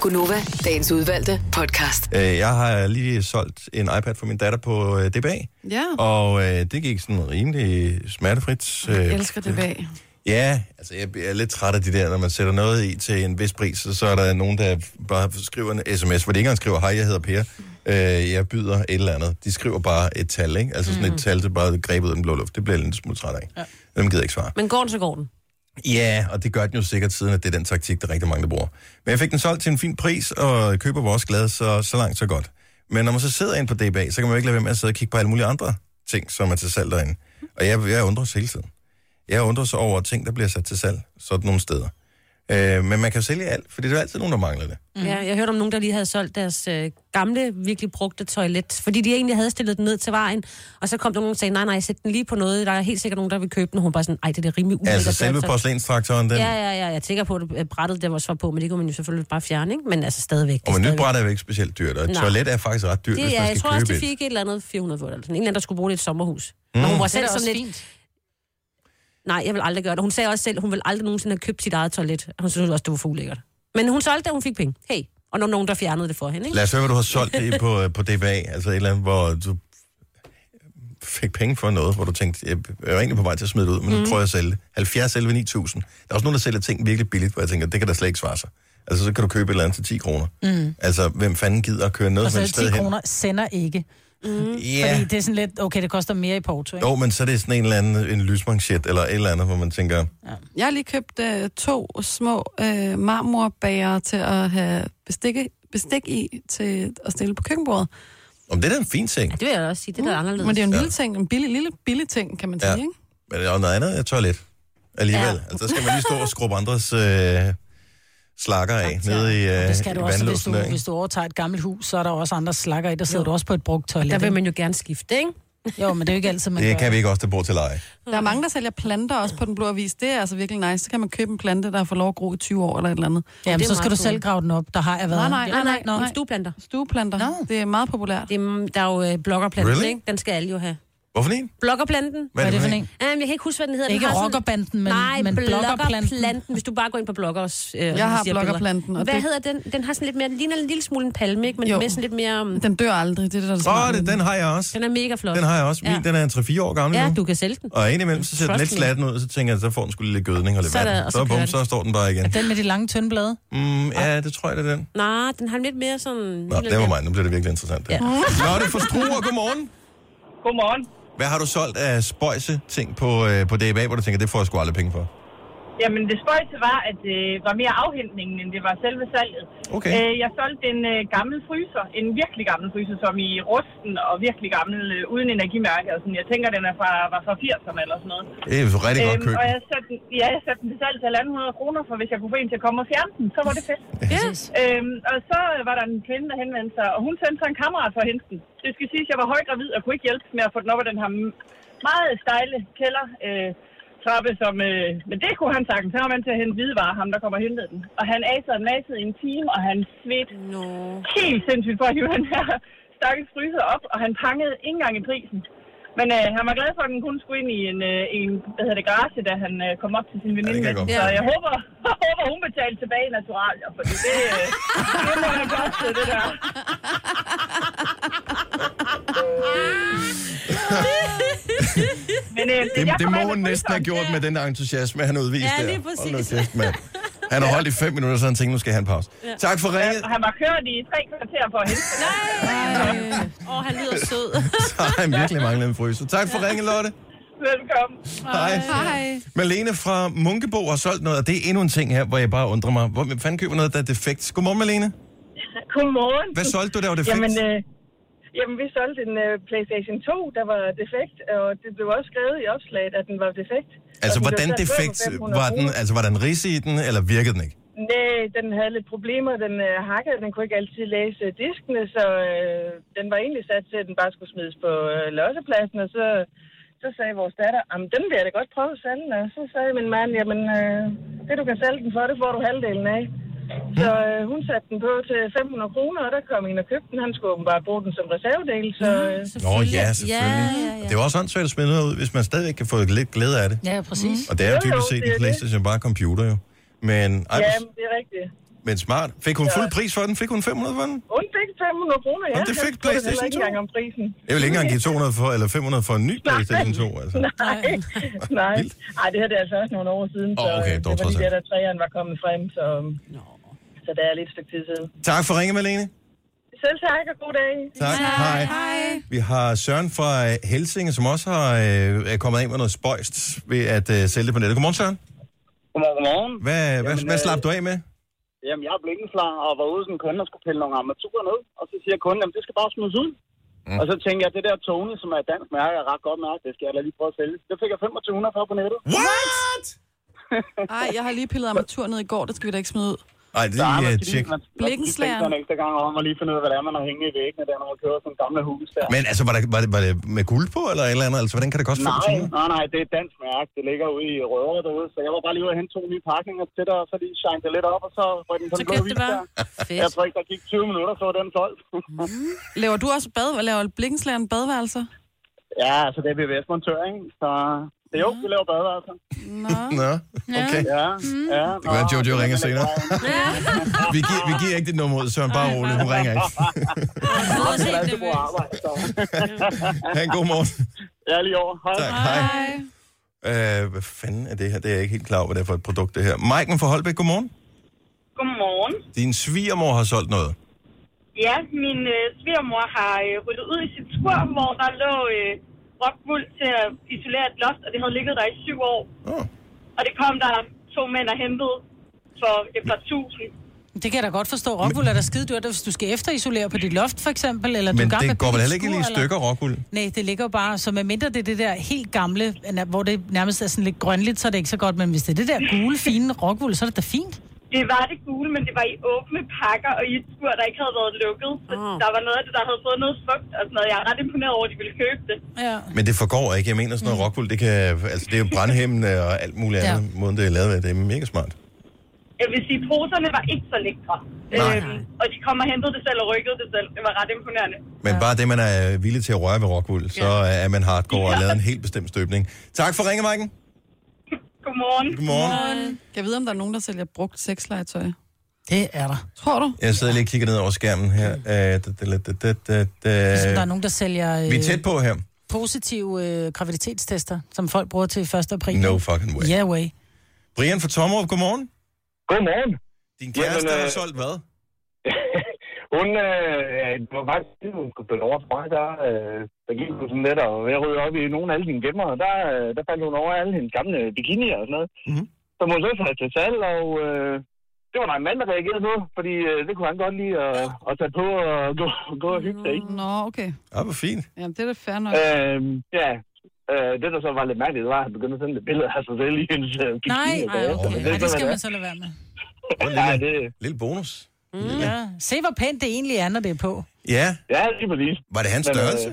Speaker 6: Gunova, dagens udvalgte podcast.
Speaker 1: Øh, Jeg har lige solgt en iPad for min datter på øh, DBA.
Speaker 5: Ja.
Speaker 1: Og øh, det gik sådan rimelig smertefrit. Øh,
Speaker 5: Jeg elsker det bag.
Speaker 1: Ja, altså jeg jeg er lidt træt af de der, når man sætter noget i til en vis pris, så, så er der nogen, der bare skriver en sms, hvor de ikke engang skriver, hej, jeg hedder Per, øh, jeg byder et eller andet. De skriver bare et tal, ikke? Altså
Speaker 5: Mhm.
Speaker 1: sådan mm. et tal, der bare er grebet ud af den blå luft. Det bliver jeg lidt smule træt af. Ja. Dem gider jeg ikke svare.
Speaker 4: Men går den, så går den.
Speaker 1: Ja, og det gør den jo sikkert siden, at det er den taktik, der rigtig mange, der bruger. Men jeg fik den solgt til en fin pris, og køber vores glad, så, så langt, så godt. Men når man så sidder ind på DBA, så kan man jo ikke lade være med at sidde og kigge på alle mulige andre ting, som er til salg derinde. Og jeg, jeg undres hele tiden. Jeg undres over ting, der bliver sat til salg, sådan nogle steder. Øh, men man kan jo sælge alt, for det er jo altid nogen, der mangler det.
Speaker 4: Mm. Ja, jeg hørte om nogen, der lige havde solgt deres øh, gamle, virkelig brugte toilet, fordi de egentlig havde stillet den ned til vejen, og så kom der nogen og sagde, nej, nej, sæt den lige på noget, der er helt sikkert nogen, der vil købe den. Og hun var bare sådan, ej, det er da rimelig ulækkert.
Speaker 1: Altså selve
Speaker 4: Så-
Speaker 1: porcelænstraktoren, den...
Speaker 4: Ja, ja, ja, jeg er sikker på, at øh, brættet der var så på, men det kunne man jo selvfølgelig bare fjerne, ikke? Men altså stadigvæk.
Speaker 1: Og
Speaker 4: det
Speaker 1: med
Speaker 4: er
Speaker 1: nyt
Speaker 4: stadigvæk-
Speaker 1: bræt er jo ikke specielt dyrt, og et
Speaker 4: Nej.
Speaker 1: toilet er faktisk ret dyrt,
Speaker 4: Det,
Speaker 1: hvis
Speaker 4: ja,
Speaker 1: man
Speaker 4: jeg
Speaker 1: skal
Speaker 4: tror også,
Speaker 1: købe
Speaker 4: de
Speaker 1: et.
Speaker 4: fik et eller andet 400 volt, eller sådan. en eller anden, der skulle bruge det i et sommerhus.
Speaker 1: Mm.
Speaker 4: Mm. Og hun var
Speaker 3: Det er
Speaker 4: selv
Speaker 3: da også
Speaker 4: sådan lidt,
Speaker 3: fint.
Speaker 4: nej, jeg vil aldrig gøre det. Hun sagde også selv, hun ville aldrig nogensinde have købt sit eget toilet. Hun synes også, det var for ulækkert. Men hun solgte det, og hun fik penge. Hey, og når nogen, der fjernede det for hende, ikke?
Speaker 1: Lad os høre, hvad du har solgt i
Speaker 4: [LAUGHS]
Speaker 1: på, på DBA. Altså et eller andet, hvor du fik penge for noget, hvor du tænkte, jeg er egentlig på vej til at smide det ud, men
Speaker 3: Mhm.
Speaker 1: mm. nu prøver jeg at sælge det. 70 11 9000. Der er også nogen, der sælger ting virkelig billigt, hvor jeg tænker, det kan da slet ikke svare sig. Altså, så kan du købe et eller andet til 10 kroner.
Speaker 3: Mm.
Speaker 1: Altså, hvem fanden gider at køre noget
Speaker 3: Og
Speaker 1: som
Speaker 3: så
Speaker 1: helst
Speaker 3: er
Speaker 1: sted
Speaker 3: 10
Speaker 1: hen?
Speaker 3: kroner sender ikke.
Speaker 4: Mm.
Speaker 1: Ja.
Speaker 3: Fordi det er sådan lidt, okay, det koster mere i Porto, ikke?
Speaker 1: Jo, men så er det sådan en eller anden en lysmanchet, eller et eller andet, hvor man tænker,
Speaker 5: Jeg har lige købt øh, to små øh, marmorbager til at have bestikke, bestik i til at stille på køkkenbordet. Mm.
Speaker 1: om det er da en fin ting,
Speaker 4: Ja, det vil jeg også sige, det der er anderledes.
Speaker 5: Men det er jo en
Speaker 1: Ja.
Speaker 5: lille ting, en billig, lille billig ting, kan man
Speaker 1: Ja.
Speaker 5: sige, ikke?
Speaker 1: men der er noget andet, jeg tør lidt. Alligevel. Ja.
Speaker 4: Ja.
Speaker 1: Altså, der skal man lige stå og skrubbe andres øh, slakker af nede i, øh,
Speaker 3: det skal du
Speaker 1: i
Speaker 3: også, hvis
Speaker 1: vandlåsen.
Speaker 3: du,
Speaker 1: der, ikke?
Speaker 3: hvis du overtager et gammelt hus, så er der også andre slakker i, der sidder du også på et brugt toilet.
Speaker 4: Der vil
Speaker 3: ikke?
Speaker 4: man jo gerne skifte, ikke?
Speaker 3: Jo, men det er jo ikke
Speaker 1: [LAUGHS]
Speaker 3: altid, man
Speaker 1: Det
Speaker 3: gør
Speaker 1: kan vi ikke også, der bor til leje.
Speaker 5: Der
Speaker 4: Mm.
Speaker 5: er mange, der sælger planter også på Den Blå Avis. Det er altså virkelig nice. Så kan man købe en plante, der får lov at gro i 20 år eller et eller andet.
Speaker 3: Jamen,
Speaker 4: Det er
Speaker 3: så skal
Speaker 4: meget
Speaker 3: du selv
Speaker 4: cool.
Speaker 3: grave den op. Der har jeg
Speaker 5: Nej,
Speaker 3: været.
Speaker 5: nej, nej, nej.
Speaker 4: Nå,
Speaker 5: nej.
Speaker 4: stueplanter.
Speaker 5: Stueplanter.
Speaker 3: Nå.
Speaker 5: Det er meget populært.
Speaker 4: Det er, der er jo øh, bloggerplanter,
Speaker 1: Really?
Speaker 4: really? ikke? Den skal alle jo have.
Speaker 1: Hvorfor en?
Speaker 4: Blokkerplanten.
Speaker 1: Hvad er det for en?
Speaker 4: Jamen, jeg kan ikke huske, hvad den hedder. Den
Speaker 3: Ikke
Speaker 4: har sådan-
Speaker 3: rockerbanden, men-
Speaker 4: Nej,
Speaker 3: men blokkerplanten.
Speaker 4: blokkerplanten. Hvis du bare går ind på bloggers. Øh,
Speaker 5: Jeg har
Speaker 4: siger billeder.
Speaker 5: blokkerplanten, og
Speaker 4: Hvad
Speaker 5: det-
Speaker 4: hedder den? Den har sådan lidt mere, ligner en lille smule en palme, ikke? Men jo. med sådan lidt mere... Um...
Speaker 5: Den dør aldrig, det er det, der er det
Speaker 1: Åh,
Speaker 5: smarte
Speaker 1: det,
Speaker 5: ved
Speaker 1: den har jeg også.
Speaker 4: Den er mega flot.
Speaker 1: Den har jeg også. Min,
Speaker 4: Ja.
Speaker 1: den er en 3-4 år gammel
Speaker 4: Ja,
Speaker 1: nu.
Speaker 4: du kan sælge den.
Speaker 1: Og indimellem, så ser den
Speaker 4: Trust
Speaker 1: lidt
Speaker 4: me.
Speaker 1: slatten ud, og så tænker jeg, så får den skulle lidt gødning og lidt
Speaker 3: Så er der-
Speaker 1: vand.
Speaker 3: og
Speaker 1: Så,
Speaker 3: så kører
Speaker 1: bum,
Speaker 3: den.
Speaker 1: så står den bare igen.
Speaker 3: Den med de lange, tynde blade.
Speaker 1: Mm, ja, det tror jeg, det er den.
Speaker 4: Nej, den har lidt mere sådan...
Speaker 1: Nå, det var mig. Nu bliver det virkelig interessant. Det. Ja.
Speaker 4: Ja.
Speaker 1: Lotte fra Struer, godmorgen.
Speaker 11: Godmorgen.
Speaker 1: Hvad har du solgt af spøjse ting på, øh, på DBA, hvor du tænker, det får jeg sgu aldrig penge for?
Speaker 11: Jamen, det spøjse var, at det øh, var mere afhentningen, end det var selve salget.
Speaker 1: Okay.
Speaker 11: Øh, jeg solgte en øh, gammel fryser, en virkelig gammel fryser, som i rusten og virkelig gammel, øh, uden energimærke. Og sådan. Jeg tænker, den er fra, var fra 80'erne eller sådan noget. Øhm,
Speaker 1: Det er et rigtig godt køb.
Speaker 11: Og jeg satte, den- ja, jeg satte den til salg til 1.100 kroner, for hvis jeg kunne få en til at komme og fjerne den, så var det fedt.
Speaker 1: Yes.
Speaker 11: Øhm, og så var der en kvinde, der henvendte sig, og hun sendte sig en kammerat for at hente den. Det skal siges, at jeg var højgravid og kunne ikke hjælpe med at få den op af den her m- meget stejle kælder. Øh, trappe, som... Øh, men det kunne han sagtens. Han var vant til at hente hvidevarer, ham der kommer og hentede den. Og han asede og nasede i en time, og han svedt
Speaker 4: no.
Speaker 11: helt sindssygt for at hive [LAUGHS] den her stakkels fryser op, og han pangede ikke engang i prisen. Men øh, han var glad for, at den kun skulle ind i en, øh, en hvad hedder det, garage, da han øh, kom op til sin veninde.
Speaker 1: kan jeg
Speaker 11: med den.
Speaker 1: godt
Speaker 11: så
Speaker 1: forstå.
Speaker 11: jeg håber, [LAUGHS] håber, hun betalte tilbage i naturalier, for det, øh, det må have kostet, det der. Men, øh,
Speaker 1: Det,
Speaker 11: jeg
Speaker 1: det
Speaker 11: kom
Speaker 1: må
Speaker 11: af med
Speaker 1: hun næsten have
Speaker 11: fryseren.
Speaker 1: gjort med den der entusiasme, han udviste
Speaker 11: Ja, lige
Speaker 1: der. Hold nu
Speaker 11: præcis.
Speaker 1: kæft, mand. Han har holdt i fem minutter, så han tænkte, nu skal han pause. Ja. Tak for ringet. [LAUGHS]
Speaker 11: Ja, og han var kørt i tre kvarter for at hente den.
Speaker 4: Nej! Åh, oh, han lyder sød.
Speaker 1: Så har han virkelig manglet en fryser. Tak for ringet, Lotte.
Speaker 11: Velkommen.
Speaker 1: Hej.
Speaker 5: Hej.
Speaker 1: Malene fra Munkebo har solgt noget, og det er endnu en ting her, hvor jeg bare undrer mig. Hvor fanden køber noget, der er defekt? Godmorgen, Malene.
Speaker 11: [LAUGHS] Godmorgen.
Speaker 1: Hvad solgte du, der var defekt? Altså,
Speaker 11: Jamen, øh, jamen, vi solgte en øh, PlayStation 2, der var defekt, og det blev også skrevet i opslaget, at den var defekt.
Speaker 1: Altså,
Speaker 11: Og den blev
Speaker 1: hvordan
Speaker 11: sat ned på
Speaker 1: defekt
Speaker 11: 500
Speaker 1: var den?
Speaker 11: kroner.
Speaker 1: Altså, var der en ridse i den, eller virkede den ikke?
Speaker 11: Nej, den havde lidt problemer. Den øh, hakkede, den kunne ikke altid læse diskene, så øh, den var egentlig sat til, at den bare skulle smides på øh, lossepladsen, og så, så sagde vores datter, jamen den vil jeg da godt prøve at sælge, og så sagde min mand, jamen øh, det du kan sælge den for, det får du halvdelen af. Så øh, hun satte den på til 500 kroner, og der kom en og købte den. Han skulle åbenbart bruge den som reservedel, så... Øh,
Speaker 1: Nå ja, Mhm, selvfølgelig. Ja, ja, ja. Det er jo også åndssvagt at smide noget ud, hvis man stadigvæk kan få lidt glæde af det.
Speaker 3: Ja, præcis.
Speaker 1: Og det er jo
Speaker 11: Jo, jo,
Speaker 1: dybest set
Speaker 11: det er
Speaker 1: en
Speaker 11: det.
Speaker 1: Playstation, bare computer jo. Men, ej,
Speaker 11: ja,
Speaker 1: ja.
Speaker 11: men det er rigtigt.
Speaker 1: men smart. Fik hun fuld pris for den? Fik hun 500 for den?
Speaker 11: Hun fik 500 kroner, ja.
Speaker 1: Jamen, det
Speaker 11: Jeg
Speaker 1: fik
Speaker 11: spurgte heller
Speaker 1: PlayStation
Speaker 11: ikke
Speaker 1: 2.
Speaker 11: engang om prisen.
Speaker 1: Jeg vil ikke engang give 200 for, eller 500 for en ny Playstation 2, altså.
Speaker 11: Nej, nej. Ej, det her det er altså også nogle år siden,
Speaker 1: Åh,
Speaker 11: så
Speaker 1: okay,
Speaker 11: øh,
Speaker 1: dog
Speaker 11: det var
Speaker 1: trods
Speaker 11: lige
Speaker 1: alt.
Speaker 11: der, da træerne var kommet frem, så, så der er lidt stykke tid siden.
Speaker 1: Tak for ringe, Malene.
Speaker 11: Selv tak, og god dag.
Speaker 1: Tak. Hej. Hej. Vi har Søren fra øh, Helsinge, som også har, øh, er kommet af med noget spøjst ved at øh, sælge det på nettet. Godmorgen, Søren.
Speaker 12: Godmorgen, godmorgen.
Speaker 1: Hvad, Jamen, hvad,
Speaker 12: Jamen,
Speaker 1: hvad
Speaker 12: øh,
Speaker 1: slap du af med?
Speaker 12: Jamen, jeg er blinkenslar og var ude hos en kunde og skulle pille nogle armaturer ned. Og så siger kunden, jamen det skal bare smides ud. Mm. Og så tænkte jeg, det der Tony, som er et dansk mærke, er et ret godt mærke, det skal jeg da lige prøve at sælge. Det fik jeg 2500 for på nettet.
Speaker 1: What?
Speaker 5: Nej, jeg har lige pillet armatur ned i går, det skal vi da ikke smide ud.
Speaker 1: Ej, det
Speaker 12: Nej,
Speaker 1: er
Speaker 12: man
Speaker 1: uh,
Speaker 12: skal lige-
Speaker 1: tjek.
Speaker 12: man- man skal lige
Speaker 5: Blikkenslageren.
Speaker 12: tænke sig en ekstra gang om og lige finde ud af, hvad det er, man har hængende i væggene, der når man kører sådan gamle hus der.
Speaker 1: Men altså, var, der, var, det, var det med guld på, eller et eller andet? Altså, hvordan kan det koste
Speaker 12: Nej,
Speaker 1: 25?
Speaker 12: nej, nej, det er et dansk mærke. Det ligger ude i Rødovre derude. Så jeg var bare lige ude og hente to nye pakninger til dig, og så lige shine det lidt op, og så røg den på den blå vis der. Jeg tror ikke, der gik 20 minutter, så var den solgt.
Speaker 10: Mm.
Speaker 5: Laver du også bad, laver blikkenslæren badeværelser?
Speaker 12: ja, altså det er VVS-montør, ikke? Så det er jo, vi laver badeværelser.
Speaker 1: Nå, okay.
Speaker 12: Ja, ja.
Speaker 1: Det
Speaker 12: [LAUGHS]
Speaker 1: kan være, at Jojo ringer senere. vi, giver, vi giver ikke dit nummer ud, Søren. Bare roligt. Hun ringer
Speaker 12: [LAUGHS]
Speaker 1: ikke.
Speaker 12: Jeg skal altid bruge arbejde, så.
Speaker 1: Ha' en god morgen.
Speaker 12: Ja, lige over. Hej.
Speaker 1: Tak, hej. Øh, hvad fanden er det her? Det er jeg ikke helt klar over, hvad det er for et produkt, det her. Maiken fra Holbæk, godmorgen.
Speaker 10: Godmorgen.
Speaker 1: Din svigermor har solgt noget.
Speaker 10: Ja, min øh, svigermor har øh, ryddet ud i sit skur, hvor der lå øh, rockmuld til at isolere et loft, og det havde ligget der i syv år.
Speaker 1: Oh.
Speaker 10: Og det kom der to mænd og hentede for et par tusind.
Speaker 3: Det kan jeg da godt forstå. Rockwool er da skide dyrt, hvis du skal efterisolere på dit loft, for eksempel. Eller du
Speaker 1: Men
Speaker 3: er i gang med
Speaker 1: det
Speaker 3: at
Speaker 1: går
Speaker 3: bygge
Speaker 1: vel
Speaker 3: et
Speaker 1: heller ikke
Speaker 3: skur,
Speaker 1: lige i
Speaker 3: eller-
Speaker 1: stykker, rockuld.
Speaker 3: Nej, det ligger jo bare, så med mindre det er det der helt gamle, hvor det nærmest er sådan lidt grønligt, så er det ikke så godt. Men hvis det er det der gule, fine rockwool, så er det da fint.
Speaker 10: Det var det gule, men det var i åbne pakker og i et skur, der ikke havde været lukket. Så der var noget af det, der havde fået noget fugt og sådan noget. Jeg er ret imponeret over, at de ville købe det.
Speaker 3: Ja.
Speaker 1: Men det forgår ikke. Jeg mener sådan
Speaker 3: Mm.
Speaker 1: noget rockwool, det, kan, altså, det er jo brandhæmmende og alt muligt
Speaker 10: Ja.
Speaker 1: andet. Måden, det er lavet af, det er mega smart.
Speaker 10: Jeg vil sige, poserne var ikke så lækre.
Speaker 1: Nej.
Speaker 10: Øhm, og de kom og hentede det selv og rykkede det selv. Det var ret imponerende.
Speaker 1: Men bare det, man er villig til at røre ved rockwool, så er man hardcore og har lavet en helt bestemt støbning. Tak for ringe, Maiken.
Speaker 10: Godmorgen.
Speaker 1: Godmorgen.
Speaker 5: Jeg ved, om der er nogen, der sælger brugt sexlegetøj.
Speaker 3: Det er der.
Speaker 5: Tror du?
Speaker 1: Jeg sidder lige og kigger ned over skærmen her. Øh, da, da, da, da, da,
Speaker 3: Ligesom Mm. der er
Speaker 1: da.
Speaker 3: nogen, der sælger øh,
Speaker 1: Vi er tæt på her.
Speaker 3: positive øh, graviditetstester, som folk bruger til 1. april.
Speaker 1: No fucking way.
Speaker 3: Yeah way.
Speaker 1: Brian fra Tommerup, godmorgen.
Speaker 14: Godmorgen.
Speaker 1: Din kæreste
Speaker 14: Jamen, øh,
Speaker 1: har solgt hvad?
Speaker 14: [LAUGHS] Hun øh, ja, det var faktisk det, hun skulle blive over for mig. Der, øh, der gik hun sådan lidt, og jeg rydde op i nogle af alle sine gemmer, og der, øh, der fandt hun over alle hendes gamle bikinier og sådan noget.
Speaker 1: Mm-hmm.
Speaker 14: Som hun så satte til salg, og øh, det var der en mand, der reagerede på, fordi øh, det kunne han godt lide at, at tage på og gå, gå og hygge sig i.
Speaker 5: Nå, okay.
Speaker 1: Ja, hvor fint.
Speaker 5: Jamen, det er da fair nok.
Speaker 14: Øhm, ja, øh, det der så var lidt mærkeligt, det var, at han begyndte at sende lidt billeder af sig selv i hendes øh, bikini.
Speaker 3: Nej, nej,
Speaker 14: bagefter,
Speaker 3: okay.
Speaker 14: men
Speaker 3: Ej,
Speaker 14: sådan
Speaker 3: det skal
Speaker 14: er
Speaker 3: man så lade være med.
Speaker 1: Ja, det... Lille bonus.
Speaker 3: Mm. Ja. Se, hvor pænt det egentlig er, når det er på.
Speaker 1: Ja.
Speaker 14: Ja, lige præcis.
Speaker 1: Var det hans
Speaker 14: Men, øh,
Speaker 1: størrelse?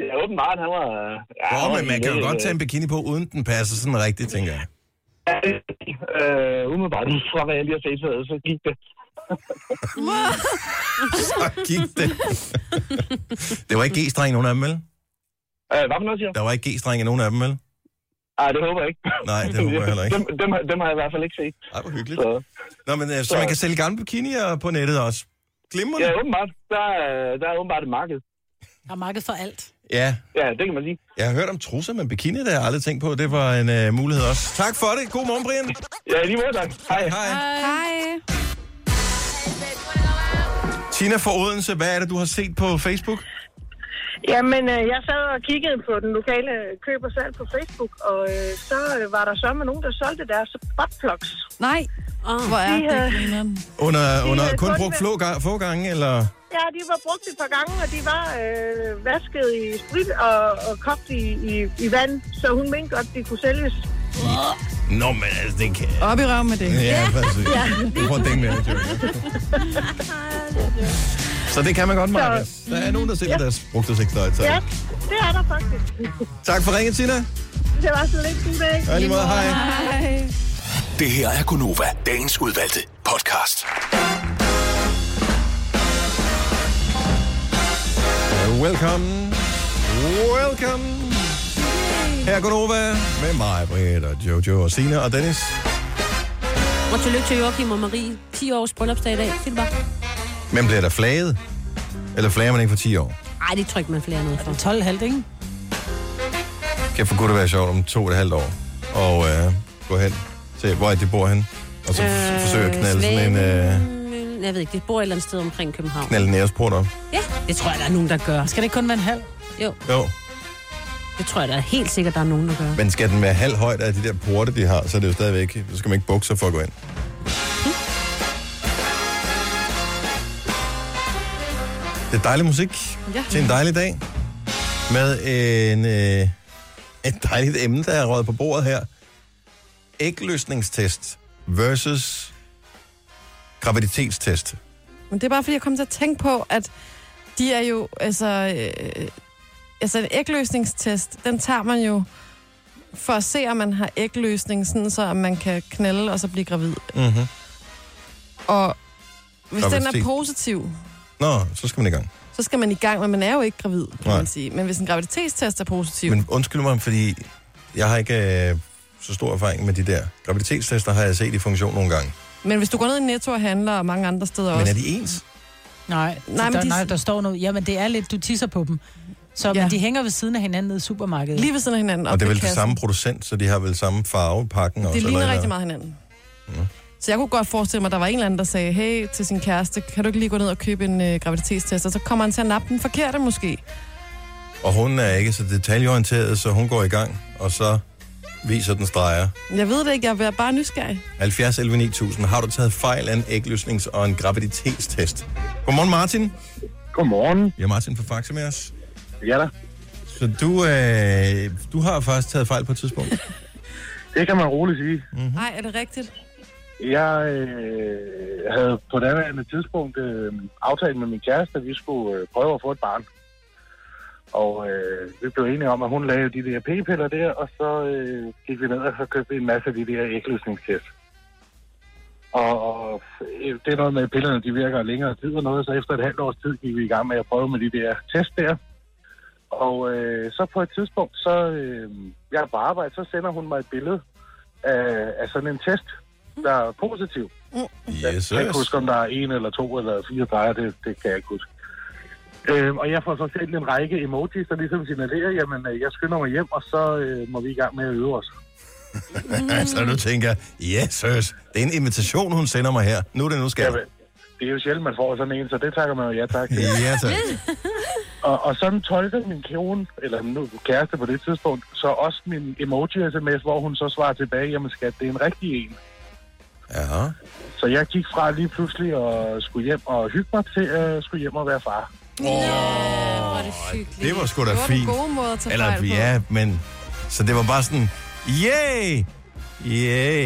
Speaker 14: Ja, åbenbart, han var... øh, Ja,
Speaker 1: Ja,
Speaker 14: han
Speaker 1: Nå,
Speaker 14: var
Speaker 1: men man
Speaker 14: sådan
Speaker 1: kan jo
Speaker 14: lidt,
Speaker 1: godt
Speaker 14: øh,
Speaker 1: tage en bikini på, uden den passer sådan rigtigt, tænker jeg.
Speaker 14: Øh, umiddelbart [LAUGHS] ud fra, hvad jeg lige har set, så, så gik
Speaker 1: [LAUGHS]
Speaker 14: det.
Speaker 1: Så gik det. Det var ikke G-streng i nogen af dem, vel?
Speaker 14: Øh, hvad for noget, siger du?
Speaker 1: Der var ikke G-streng i nogen af dem, vel?
Speaker 14: Ej, det håber jeg ikke.
Speaker 1: Nej, det håber jeg heller ikke.
Speaker 14: Dem, dem, har- dem har jeg i hvert fald ikke set.
Speaker 1: Ej, hvor hyggeligt. Nå, men øh, så man kan sælge gamle bikinier på nettet også. Glimrende.
Speaker 14: Ja, åbenbart. Der, er- der er åbenbart et marked.
Speaker 3: Der er marked for alt.
Speaker 1: Ja.
Speaker 14: Ja, det kan man sige.
Speaker 1: Jeg har hørt om trusser med bikini, det har jeg aldrig tænkt på. Det var en øh, mulighed også. Tak for det. God morgen, Brian.
Speaker 14: Ja, lige måde, tak. Hej.
Speaker 1: Hej.
Speaker 5: Hej.
Speaker 1: Tina fra Odense, hvad er det, du har set på Facebook?
Speaker 15: Jamen, øh, jeg sad og kiggede på den lokale køb og salg på Facebook, og øh, så øh, var der så med nogen, der solgte deres buttplugs.
Speaker 5: Nej,
Speaker 15: oh,
Speaker 5: hvor er det
Speaker 1: Under,
Speaker 15: Det
Speaker 1: under
Speaker 15: er
Speaker 1: kun
Speaker 15: kun
Speaker 1: brugt
Speaker 15: øh, med-
Speaker 1: få, ga- få gange, eller?
Speaker 15: Ja, de var brugt et par gange, og de var øh, vasket i sprit og, og kogt i, i, i vand, så hun mente godt, de kunne sælges.
Speaker 1: Nå, men altså, det kan...
Speaker 5: Op i røven med det.
Speaker 1: Ja, præcis.
Speaker 15: Ja.
Speaker 1: Du får en ding med, det er jo ikke. Så det kan man godt, Maja. Der er nogen, der sælger deres brugte sexløjtøj.
Speaker 15: Ja, det er der faktisk. [LAUGHS]
Speaker 1: Tak for ringet, Tina.
Speaker 15: Det var så lidt god dag.
Speaker 1: Ja, lige måde. Hej.
Speaker 15: Hej.
Speaker 7: Det her er Gunova, dagens udvalgte podcast.
Speaker 1: Welcome. Welcome. Her er Gunova med mig, Britt og Jojo og Sina og Dennis.
Speaker 4: Og tillykke til Joachim og Marie. 10 års bryllupsdag i dag. Sig det bare.
Speaker 1: Men bliver der flaget? Eller flager man ikke for 10 år?
Speaker 4: Ej, det tror jeg ikke, man flere noget for.
Speaker 3: 12 halvt, ikke?
Speaker 1: Kan for kunne det være sjovt om to og et halvt år? Og øh, gå hen til, hvor er det, de bor hen? Og så øh, forsøge at knalde sådan en øh,
Speaker 4: Svanemølle- Jeg ved ikke, det bor et eller andet sted omkring København.
Speaker 1: knalde en æresport op.
Speaker 4: Ja, det tror jeg, der er nogen, der gør.
Speaker 3: Skal det ikke kun være en halv?
Speaker 4: Jo,
Speaker 1: Jo,
Speaker 4: det tror jeg, der er helt sikkert, der er nogen, der gør.
Speaker 1: men skal den være halv højt af de der porte, de har, så er det jo stadigvæk, så skal man ikke bukser for at gå ind. Det er dejlig musik
Speaker 5: Ja.
Speaker 1: til en dejlig dag. Med en, øh, et dejligt emne, der er røget på bordet her. Ægløsningstest versus graviditetstest.
Speaker 5: Men det er bare, fordi jeg kom til at tænke på, at de er jo, altså... Øh, altså, en ægløsningstest, den tager man jo for at se, om man har ægløsning, sådan så at man kan knælde og så blive gravid.
Speaker 1: Mm-hmm.
Speaker 5: Og hvis den er
Speaker 1: Graviditet.
Speaker 5: positiv,
Speaker 1: Nå, så skal man i gang.
Speaker 5: så skal man i gang, men man er jo ikke gravid, kan
Speaker 1: Nej.
Speaker 5: man sige. Men hvis en graviditetstest er positiv...
Speaker 1: Men undskyld mig, fordi jeg har ikke øh, så stor erfaring med de der. Graviditetstester har jeg set i funktion nogle gange.
Speaker 5: Men hvis du går ned i Netto og handler, og mange andre steder
Speaker 1: Men
Speaker 5: også...
Speaker 1: er de ens?
Speaker 3: Nej,
Speaker 5: Nej,
Speaker 3: nej,
Speaker 5: men
Speaker 3: der,
Speaker 5: de-
Speaker 3: nej, der står noget. Jamen, det er lidt, du tisser på dem. Så ja. men de hænger ved siden af hinanden nede i supermarkedet.
Speaker 5: Lige ved siden af hinanden.
Speaker 1: Og det er vel det samme producent, så de har vel samme farve i pakken også?
Speaker 5: Det ligner
Speaker 1: eller-
Speaker 5: rigtig meget hinanden. Så jeg kunne godt forestille mig, at der var en eller anden, der sagde, hey til sin kæreste, kan du ikke lige gå ned og købe en øh, graviditetstest? Og så kommer han til at nappe den forkerte måske.
Speaker 1: Og hun er ikke så detaljeorienteret, så hun går i gang, og så viser den streger.
Speaker 5: Jeg ved det ikke, jeg er bare nysgerrig.
Speaker 1: 70 11 9000. Har du taget fejl af en ægløsnings- og en graviditetstest? Godmorgen, Martin.
Speaker 14: Godmorgen.
Speaker 1: Ja, Martin fra Faxe med os.
Speaker 14: Ja da.
Speaker 1: Så du, øh, du har faktisk taget fejl på et tidspunkt.
Speaker 14: [LAUGHS]
Speaker 1: Mm.
Speaker 14: Det kan man roligt sige.
Speaker 5: Nej, mm-hmm. er det rigtigt?
Speaker 14: Jeg øh, havde på daværende tidspunkt øh, aftalt med min kæreste, at vi skulle øh, prøve at få et barn. Og øh, vi blev enige om, at hun lavede de der p-piller der, og så øh, gik vi ned og så købte vi en masse af de der ægløsningstest. Og, og øh, det er noget med, at pillerne de virker længere tid og noget, så efter et halvt års tid gik vi i gang med at prøve med de der test der. Og øh, så på et tidspunkt, så øh, jeg er på arbejde, så sender hun mig et billede af, af sådan en test, der er positiv.
Speaker 1: Yes,
Speaker 14: Jeg kan ikke huske, om der er en eller to eller fire drejer, det, det kan jeg ikke huske. Øhm, og jeg får så sendt en række emojis, der ligesom signalerer, jamen øh, jeg skynder mig hjem, og så øh, må vi i gang med at øve os.
Speaker 1: [LAUGHS] så nu tænker jeg, yes, søs, det er en invitation, hun sender mig her. Nu er det nu skal.
Speaker 14: Jamen, det er jo sjældent, man får sådan en, så det takker man jo ja tak til.
Speaker 1: Ja, tak.
Speaker 14: og, og sådan tolker min kone, eller nu kæreste på det tidspunkt, så også min emoji-sms, hvor hun så svarer tilbage, jamen skat, det er en rigtig en.
Speaker 1: Ja.
Speaker 14: Så jeg gik fra lige pludselig at skulle hjem og hygge mig til at skulle hjem og være far.
Speaker 1: Oh, det var sgu da
Speaker 5: Det var den
Speaker 1: fint.
Speaker 5: gode måde at tage
Speaker 1: Eller,
Speaker 5: fejl på.
Speaker 1: ja, men... Så det var bare sådan, yay! Yay!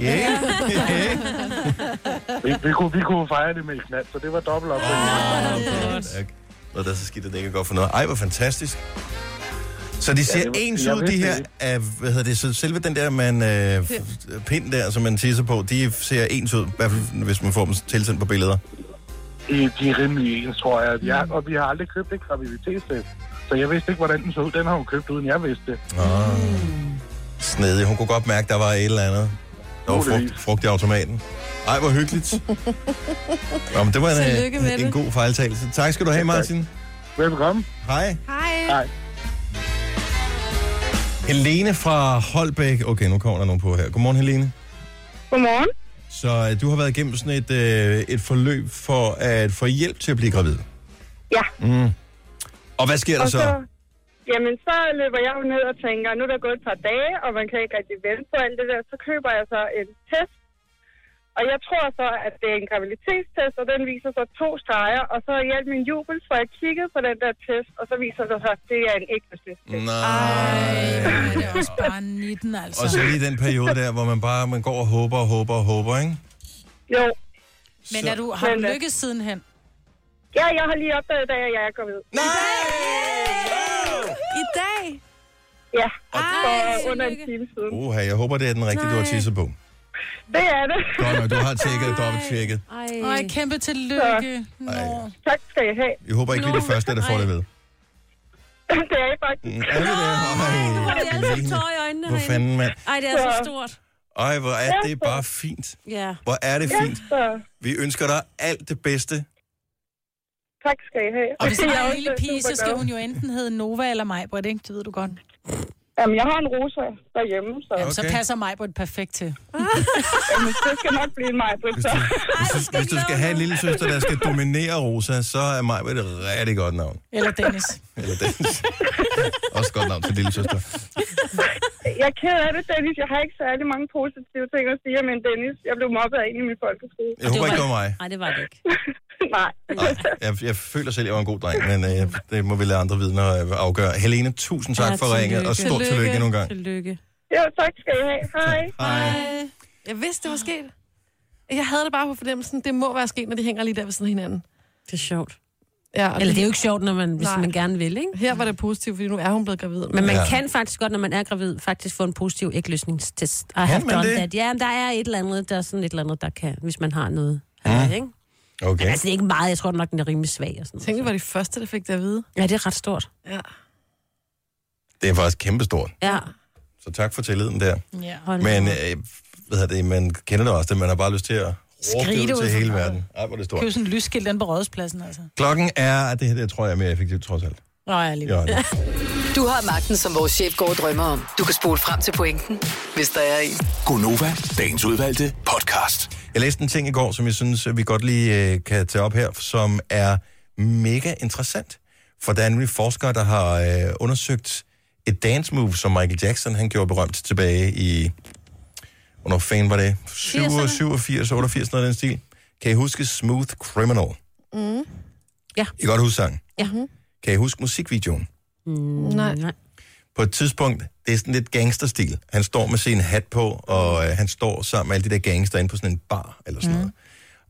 Speaker 1: Yay!
Speaker 14: Vi, vi, kunne, vi kunne fejre det med et knald, så det var dobbelt op.
Speaker 1: Ja, Nå, der er så skidt, at det ikke er godt for noget. Ej, hvor fantastisk. Så de
Speaker 14: Ja,
Speaker 1: ser ja,
Speaker 14: det var-
Speaker 1: ens
Speaker 14: jeg
Speaker 1: ud,
Speaker 14: vidste
Speaker 1: de her,
Speaker 14: det ikke.
Speaker 1: af, hvad hedder det, så selve den der man, øh, f- pind der, som man tisser på, de ser ens ud, i hvert fald hvis man får dem tilsendt på billeder.
Speaker 14: De, de er rimelig ens, tror jeg. jeg. Og vi har aldrig købt et graviditetstest. Så jeg vidste ikke, hvordan den så ud. Den har hun købt, uden jeg vidste det.
Speaker 1: Ah. Snedig. Hun kunne godt mærke, der var et eller andet. Der var frugt, frugt i automaten. Ej, hvor hyggeligt. Nå, men det var en,
Speaker 5: Tillykke med
Speaker 1: øh, en
Speaker 5: det.
Speaker 1: god fejltagelse. Tak skal du have, Martin.
Speaker 14: Velkommen.
Speaker 1: Hej.
Speaker 5: Hej.
Speaker 14: Hej.
Speaker 1: Helene fra Holbæk. Okay, nu kommer der nogen på her. Godmorgen, Helene.
Speaker 15: Godmorgen.
Speaker 1: Så øh, du har været igennem sådan et, øh, et forløb for at få hjælp til at blive gravid.
Speaker 15: Ja.
Speaker 1: Mm. Og hvad sker der
Speaker 15: og
Speaker 1: så?
Speaker 15: Jamen, så løber jeg jo ned og tænker, nu er der gået et par dage, og man kan ikke rigtig vente på alt det der. Så køber jeg så en test, og jeg tror så, at det er en graviditetstest, og den viser så to streger, og så hjalp min jubel, for jeg kiggede på den der test, og så viser det sig, at det er en ægtestisk test.
Speaker 1: Nej.
Speaker 3: Det er også bare 19, altså.
Speaker 1: Og så lige den periode der, hvor man bare man går og håber og håber og håber, ikke?
Speaker 15: Jo.
Speaker 3: Men
Speaker 1: Så-
Speaker 3: er du, har du
Speaker 15: Men, øh,
Speaker 3: lykkes sidenhen?
Speaker 15: Ja, jeg har lige opdaget, da jeg er kommet ud.
Speaker 1: Nej!
Speaker 5: I dag?
Speaker 15: Ja,
Speaker 1: Og-
Speaker 15: for under en time siden.
Speaker 1: Uha, jeg håber, det er den rigtige, du har
Speaker 15: Nej.
Speaker 1: tisset på.
Speaker 15: Det er
Speaker 3: [LAUGHS]
Speaker 15: det.
Speaker 1: Godt nok, du har tjekket og dobbelttjekket.
Speaker 3: Ej, kæmpe tillykke. Nå.
Speaker 15: Tak skal I have.
Speaker 1: Jeg håber ikke, vi er de
Speaker 15: Nå.
Speaker 1: første, der får det ved.
Speaker 15: Det er I faktisk.
Speaker 1: Mm, Er vi det? Ej,
Speaker 4: Jeg har
Speaker 1: Helene.
Speaker 4: tårer i øjnene
Speaker 1: Hvor
Speaker 4: herinde.
Speaker 1: fanden, mand.
Speaker 4: Ej, det er så stort.
Speaker 1: Ej, hvor er det bare fint.
Speaker 4: Ja.
Speaker 1: Hvor er det fint. Vi ønsker dig alt det bedste.
Speaker 15: [LAUGHS] Tak skal I have.
Speaker 3: Og hvis
Speaker 15: Det
Speaker 3: hun
Speaker 15: er [LAUGHS]
Speaker 3: er en
Speaker 15: også
Speaker 3: lille pige, så
Speaker 15: supergodt.
Speaker 3: skal hun jo enten hedde Nova eller Majbert, ikke? Det ved du godt.
Speaker 15: Jamen, jeg har en rosa derhjemme, så...
Speaker 3: Jamen, så passer Majbert perfekt til.
Speaker 5: Ah.
Speaker 15: Jamen, det skal nok blive mig, Britt, så.
Speaker 1: Hvis, hvis du skal have en lille søster, der skal dominere Rosa, så er mig et rigtig godt navn.
Speaker 3: Eller Dennis.
Speaker 1: Eller Dennis. Også et godt navn til lille søster.
Speaker 15: [LAUGHS] Jeg er ked af det, Dennis. Jeg har ikke særlig mange positive ting at sige, men Dennis, jeg blev mobbet af en i min folkeskole.
Speaker 1: Jeg håber ikke, det var mig.
Speaker 4: Nej, det var det ikke.
Speaker 15: [LAUGHS] Nej.
Speaker 1: Jeg, jeg føler selv, at jeg var en god dreng, men øh, det må vi lade andre vidner øh, afgøre. Helene, tusind tak for ringet, og stort tillykke endnu en gang.
Speaker 4: Tillykke.
Speaker 15: Jo, tak skal I have. Hej.
Speaker 5: Hej. Jeg vidste, det var sket. Jeg havde det bare på fornemmelsen, det må være sket, når de hænger lige der ved siden af hinanden.
Speaker 4: Det er sjovt.
Speaker 5: Ja, og
Speaker 4: Eller det er jo ikke sjovt, når man, hvis
Speaker 5: Nej.
Speaker 4: man gerne vil, ikke?
Speaker 5: Her var det positivt, fordi nu er hun blevet gravid.
Speaker 4: Men man
Speaker 5: Ja.
Speaker 4: ja. kan faktisk godt, når man er gravid, faktisk få en positiv ægløsningstest. I
Speaker 5: Kan
Speaker 4: have
Speaker 5: man
Speaker 4: done
Speaker 5: det?
Speaker 4: that. Ja, men der er et eller andet, der er sådan et eller andet, der kan, hvis man har noget. Ja. Ikke? Men
Speaker 1: Mm, Okay.
Speaker 4: altså, det er ikke meget. Jeg tror nok, den er rimelig svag og sådan
Speaker 5: Tænk, vi var de første, der fik det at vide.
Speaker 4: Ja, det er ret stort.
Speaker 5: Ja.
Speaker 1: Det er faktisk kæmpestort,
Speaker 4: Ja.
Speaker 1: så tak for tilliden der.
Speaker 3: ja.
Speaker 1: Men øh, hvad hedder det, man kender det også, at man har bare lyst til at råbe
Speaker 3: Skrige
Speaker 1: det
Speaker 3: det
Speaker 1: ud
Speaker 3: ud
Speaker 1: til
Speaker 3: fra
Speaker 1: hele
Speaker 3: mig.
Speaker 1: verden. Ej, hvor er det stort.
Speaker 3: Køb sådan en lysskilt den på rådhuspladsen, altså.
Speaker 1: Klokken er, det her det tror jeg er mere effektivt trods alt.
Speaker 3: Nå, jeg
Speaker 1: lige. Ja, det.
Speaker 6: Du har magten, som vores chef går og drømmer om. Du kan spole frem til pointen, hvis der er en.
Speaker 7: Gonova, dagens udvalgte podcast.
Speaker 1: Jeg læste en ting i går, som jeg synes, at vi godt lige øh, kan tage op her, som er mega interessant. For der er nemlig forskere, der har øh, undersøgt et dance move, som Michael Jackson han gjorde berømt tilbage i... Hvornår fanden var det? 87, 87, 88, noget af den stil. Kan I huske Smooth Criminal?
Speaker 5: Mm. Mhm.
Speaker 1: I kan godt huske sangen.
Speaker 4: Ja.
Speaker 1: Kan I huske musikvideoen?
Speaker 4: Mm,
Speaker 5: Nej.
Speaker 1: på et tidspunkt, det er sådan lidt gangsterstil. Han står med sin hat på, og øh, han står sammen med alle de der gangster inde på sådan en bar eller sådan mm. noget.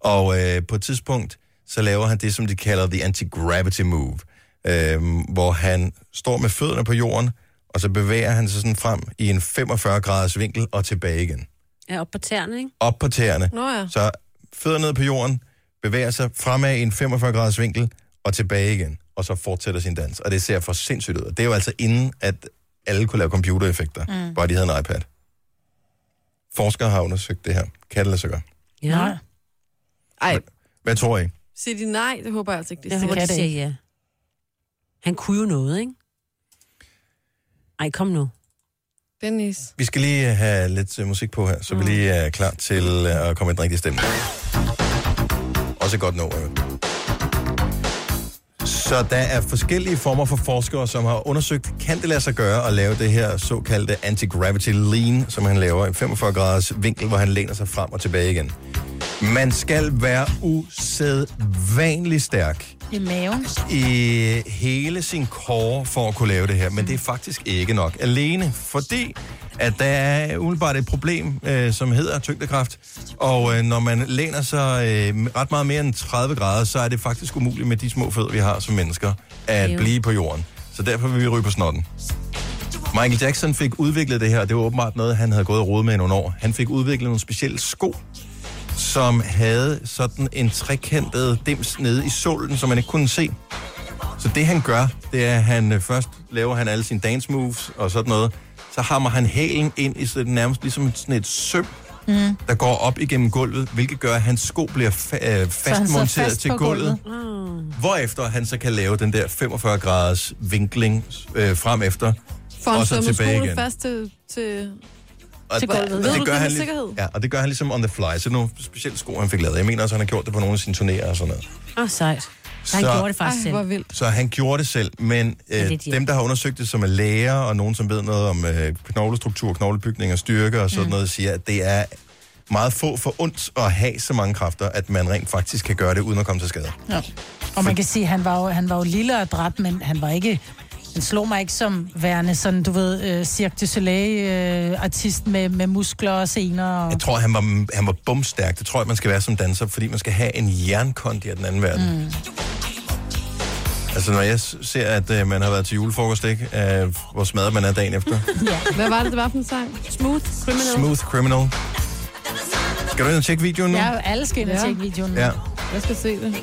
Speaker 1: Og øh, på et tidspunkt, så laver han det, som de kalder the anti-gravity move, øh, hvor han står med fødderne på jorden, og så bevæger han sig sådan frem i en 45-graders vinkel og tilbage igen.
Speaker 4: Ja, op på tæerne, ikke?
Speaker 1: op på tæerne.
Speaker 4: Nå ja.
Speaker 1: Så fødder ned på jorden, bevæger sig fremad i en 45-graders vinkel og tilbage igen, og så fortsætter sin dans. Og det ser for sindssygt ud. Og det er jo altså inden, at alle kunne lave computereffekter, mm.
Speaker 3: Mm.
Speaker 1: bare de havde en iPad. Forskere har undersøgt det her. Kan det lade sig gøre?
Speaker 4: Ja.
Speaker 5: Ej,
Speaker 1: Hvad tror I?
Speaker 5: siger de nej, det håber jeg altså ikke, de
Speaker 4: Jeg håber, de siger ja. Han kunne jo noget, ikke? Ej, kom nu.
Speaker 5: Dennis.
Speaker 1: Vi skal lige have lidt øh, musik på her, så vi lige er klar til øh, at komme i den rigtige stemning. Også et godt nummer. i øvrigt. Så der er forskellige former for forskere, som har undersøgt, kan det lade sig gøre at lave det her såkaldte anti-gravity lean, som han laver i 45 graders vinkel, hvor han læner sig frem og tilbage igen. Man skal være usædvanlig stærk
Speaker 3: I maven.
Speaker 1: i hele sin kår for at kunne lave det her, men det er faktisk ikke nok alene, fordi at der er umiddelbart et problem, øh, som hedder tyngdekraft, og øh, når man læner sig øh, ret meget mere end 30 grader, så er det faktisk umuligt med de små fødder, vi har som mennesker, at
Speaker 16: Jo.
Speaker 1: blive på jorden. Så derfor vil vi ryge på snotten. Michael Jackson fik udviklet det her, og det var åbenbart noget, han havde gået og rodet med i nogle år. Han fik udviklet nogle specielle sko, som havde sådan en trekantet dims nede i solen, som man ikke kunne se. Så det han gør, det er, at han øh, først laver han alle sine dance moves og sådan noget. Så hammer han hælen ind i sådan, nærmest ligesom sådan et søm,
Speaker 3: Mm.
Speaker 1: der går op igennem gulvet, hvilket gør, at hans sko bliver fa- øh, fastmonteret fast til gulvet.
Speaker 5: Ah.
Speaker 1: Hvorefter han så kan lave den der 45 graders vinkling øh, frem efter.
Speaker 5: For
Speaker 1: og
Speaker 5: han
Speaker 1: så
Speaker 5: slår
Speaker 1: tilbage
Speaker 5: musklen
Speaker 1: igen.
Speaker 5: fast til, til
Speaker 1: Og,
Speaker 5: til
Speaker 1: og,
Speaker 5: gulvet. Ved du
Speaker 1: det gør
Speaker 5: det
Speaker 1: han
Speaker 5: med sikkerhed?
Speaker 1: ja, og det gør han ligesom on the fly. Så nogle specielle sko, han fik lavet. Jeg mener også, at han har gjort det på nogle af sine turnéer og sådan noget.
Speaker 4: Åh, oh, sejt. Så han
Speaker 1: Så-
Speaker 4: gjorde det faktisk
Speaker 5: Ej,
Speaker 4: selv.
Speaker 5: hvor vildt.
Speaker 1: Så han gjorde det selv, men øh,
Speaker 4: lidt hjælp.
Speaker 1: dem, der har undersøgt det, som er læger og nogen, som ved noget om øh, knoglestruktur, knoglebygning og styrke og sådan mm. noget, siger, at det er meget få for ondt at have så mange kræfter, at man rent faktisk kan gøre det uden at komme til skade.
Speaker 3: Ja. Og man kan sige, han var jo, han var jo lille og dræbt, men han var ikke... Han slog mig ikke som værende sådan, du ved, uh, Cirque du Soleil-artist med, med muskler og sener. Og...
Speaker 1: Jeg tror, han var, han var bumstærk. Det tror jeg, man skal være som danser, fordi man skal have en jernkondi af den anden verden. Mm.
Speaker 4: Mm.
Speaker 1: Altså, når jeg s- ser, at øh, man har været til julefrokost, ikke? Øh, hvor smadret man er dagen efter.
Speaker 5: ja. Hvad var det, det var for en sang? Smooth Criminal.
Speaker 1: Smooth Criminal. Skal du ind og tjekke videoen nu?
Speaker 3: Ja, alle skal ind og
Speaker 5: Ja.
Speaker 3: tjekke videoen.
Speaker 1: Ja.
Speaker 5: Jeg skal se det.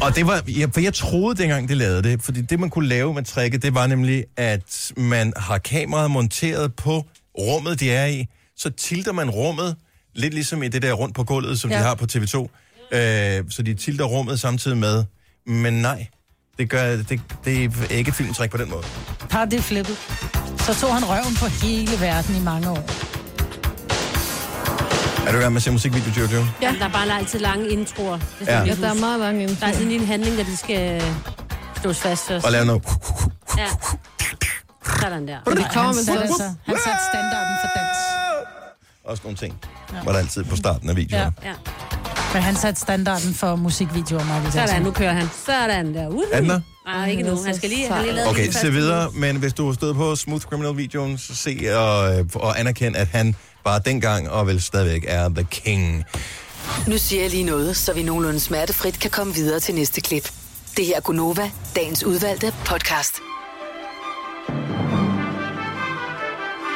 Speaker 1: Og det var, ja, for jeg troede dengang, det lavede det, fordi det, man kunne lave med tricket, det var nemlig, at man har kameraet monteret på rummet, de er i, så tilter man rummet, lidt ligesom i det der rundt på gulvet, som ja.
Speaker 17: Ja.
Speaker 1: de har på TV2, øh, så de tilter rummet samtidig med, men nej, det, gør, det, det er ikke et filmtræk på den måde.
Speaker 3: Har det flippet. Så tog han røven på hele verden i mange år.
Speaker 1: Er du i gang med at se musikvideo, Jojo?
Speaker 4: Ja. Der er bare altid lange introer. Det skal
Speaker 1: Ja.
Speaker 4: vi
Speaker 1: Ja,
Speaker 4: huske.
Speaker 1: der
Speaker 5: er meget lange introer.
Speaker 4: Der er altid lige en handling, der de skal slås fast.
Speaker 1: Og lave noget. [LAUGHS]
Speaker 4: Ja. Sådan der.
Speaker 5: Men de kommer
Speaker 3: Han
Speaker 5: med
Speaker 3: satte,
Speaker 5: sådan-
Speaker 3: altså, han satte standarden for dans.
Speaker 1: Også nogle ting, var der altid på starten af videoen.
Speaker 3: Ja. ja. Men han satte standarden for musikvideoer, Michael Jackson.
Speaker 4: Sådan, nu kører han. Sådan der. Uhuh.
Speaker 1: Er den der?
Speaker 4: Nej, ikke nu. Han skal lige, han har lige lavet
Speaker 1: Okay,
Speaker 4: lige
Speaker 1: se
Speaker 4: først.
Speaker 1: videre, men hvis du har stået på Smooth Criminal-videoen, så se og, øh, og anerkend, at han bare dengang og vel stadigvæk er the king.
Speaker 6: Nu siger jeg lige noget, så vi nogenlunde smertefrit kan komme videre til næste klip. Det her er Gunova, dagens udvalgte podcast.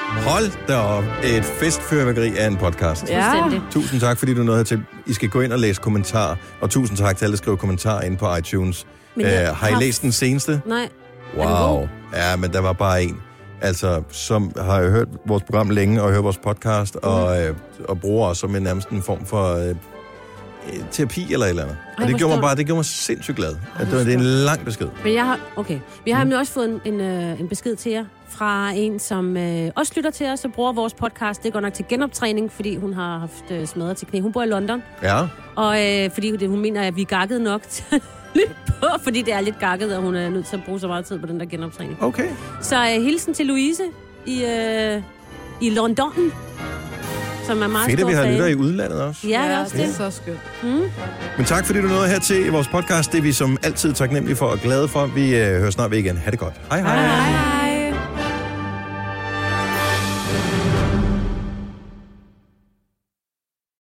Speaker 1: Hold da op, et festfyrværkeri af en podcast.
Speaker 6: Ja. Fuldstændig.
Speaker 1: Tusind tak, fordi du nåede hertil. I skal gå ind og læse kommentarer, og tusind tak til alle, der skriver kommentarer ind på iTunes.
Speaker 4: Men
Speaker 1: Øh,
Speaker 4: jeg
Speaker 1: har I
Speaker 4: har-
Speaker 1: læst den seneste?
Speaker 4: Nej.
Speaker 1: Wow. Ja, men der var bare en. Altså, som har jo hørt vores program længe, og hørt vores podcast,
Speaker 4: Mhm.
Speaker 1: og, øh, og bruger os som en nærmest en form for øh, øh, terapi eller et eller andet.
Speaker 4: Ej,
Speaker 1: og det
Speaker 4: hvor
Speaker 1: gjorde mig
Speaker 4: skønt.
Speaker 1: bare, det gjorde mig sindssygt glad. At det, var- det er en lang besked.
Speaker 4: Men jeg har, okay. Vi
Speaker 1: Mm.
Speaker 4: har nemlig også fået en, en, øh, en besked til jer fra en, som øh, også lytter til os og bruger vores podcast. Det går nok til genoptræning, fordi hun har haft øh, smadret til knæ. Hun bor i London,
Speaker 1: Ja.
Speaker 4: og øh, fordi det, hun mener, at vi er gakket nok [LAUGHS] til- lidt på, fordi det er lidt gakket, og hun er nødt til at bruge så meget tid på den der genoptræning.
Speaker 1: Okay.
Speaker 4: Så øh, hilsen til Louise i, øh, i London, som er meget
Speaker 1: Fedt,
Speaker 4: stor
Speaker 1: at vi har
Speaker 4: fan.
Speaker 1: lyttere i udlandet også.
Speaker 4: Ja, ja også det.
Speaker 1: det
Speaker 5: er så skønt.
Speaker 4: Mm.
Speaker 1: Men tak, fordi du nåede her til vores podcast. Det er vi som altid taknemmelige for og glade for. Vi øh, hører snart ved igen. Ha' det godt. Hej hej. hej, hej.
Speaker 4: Hej.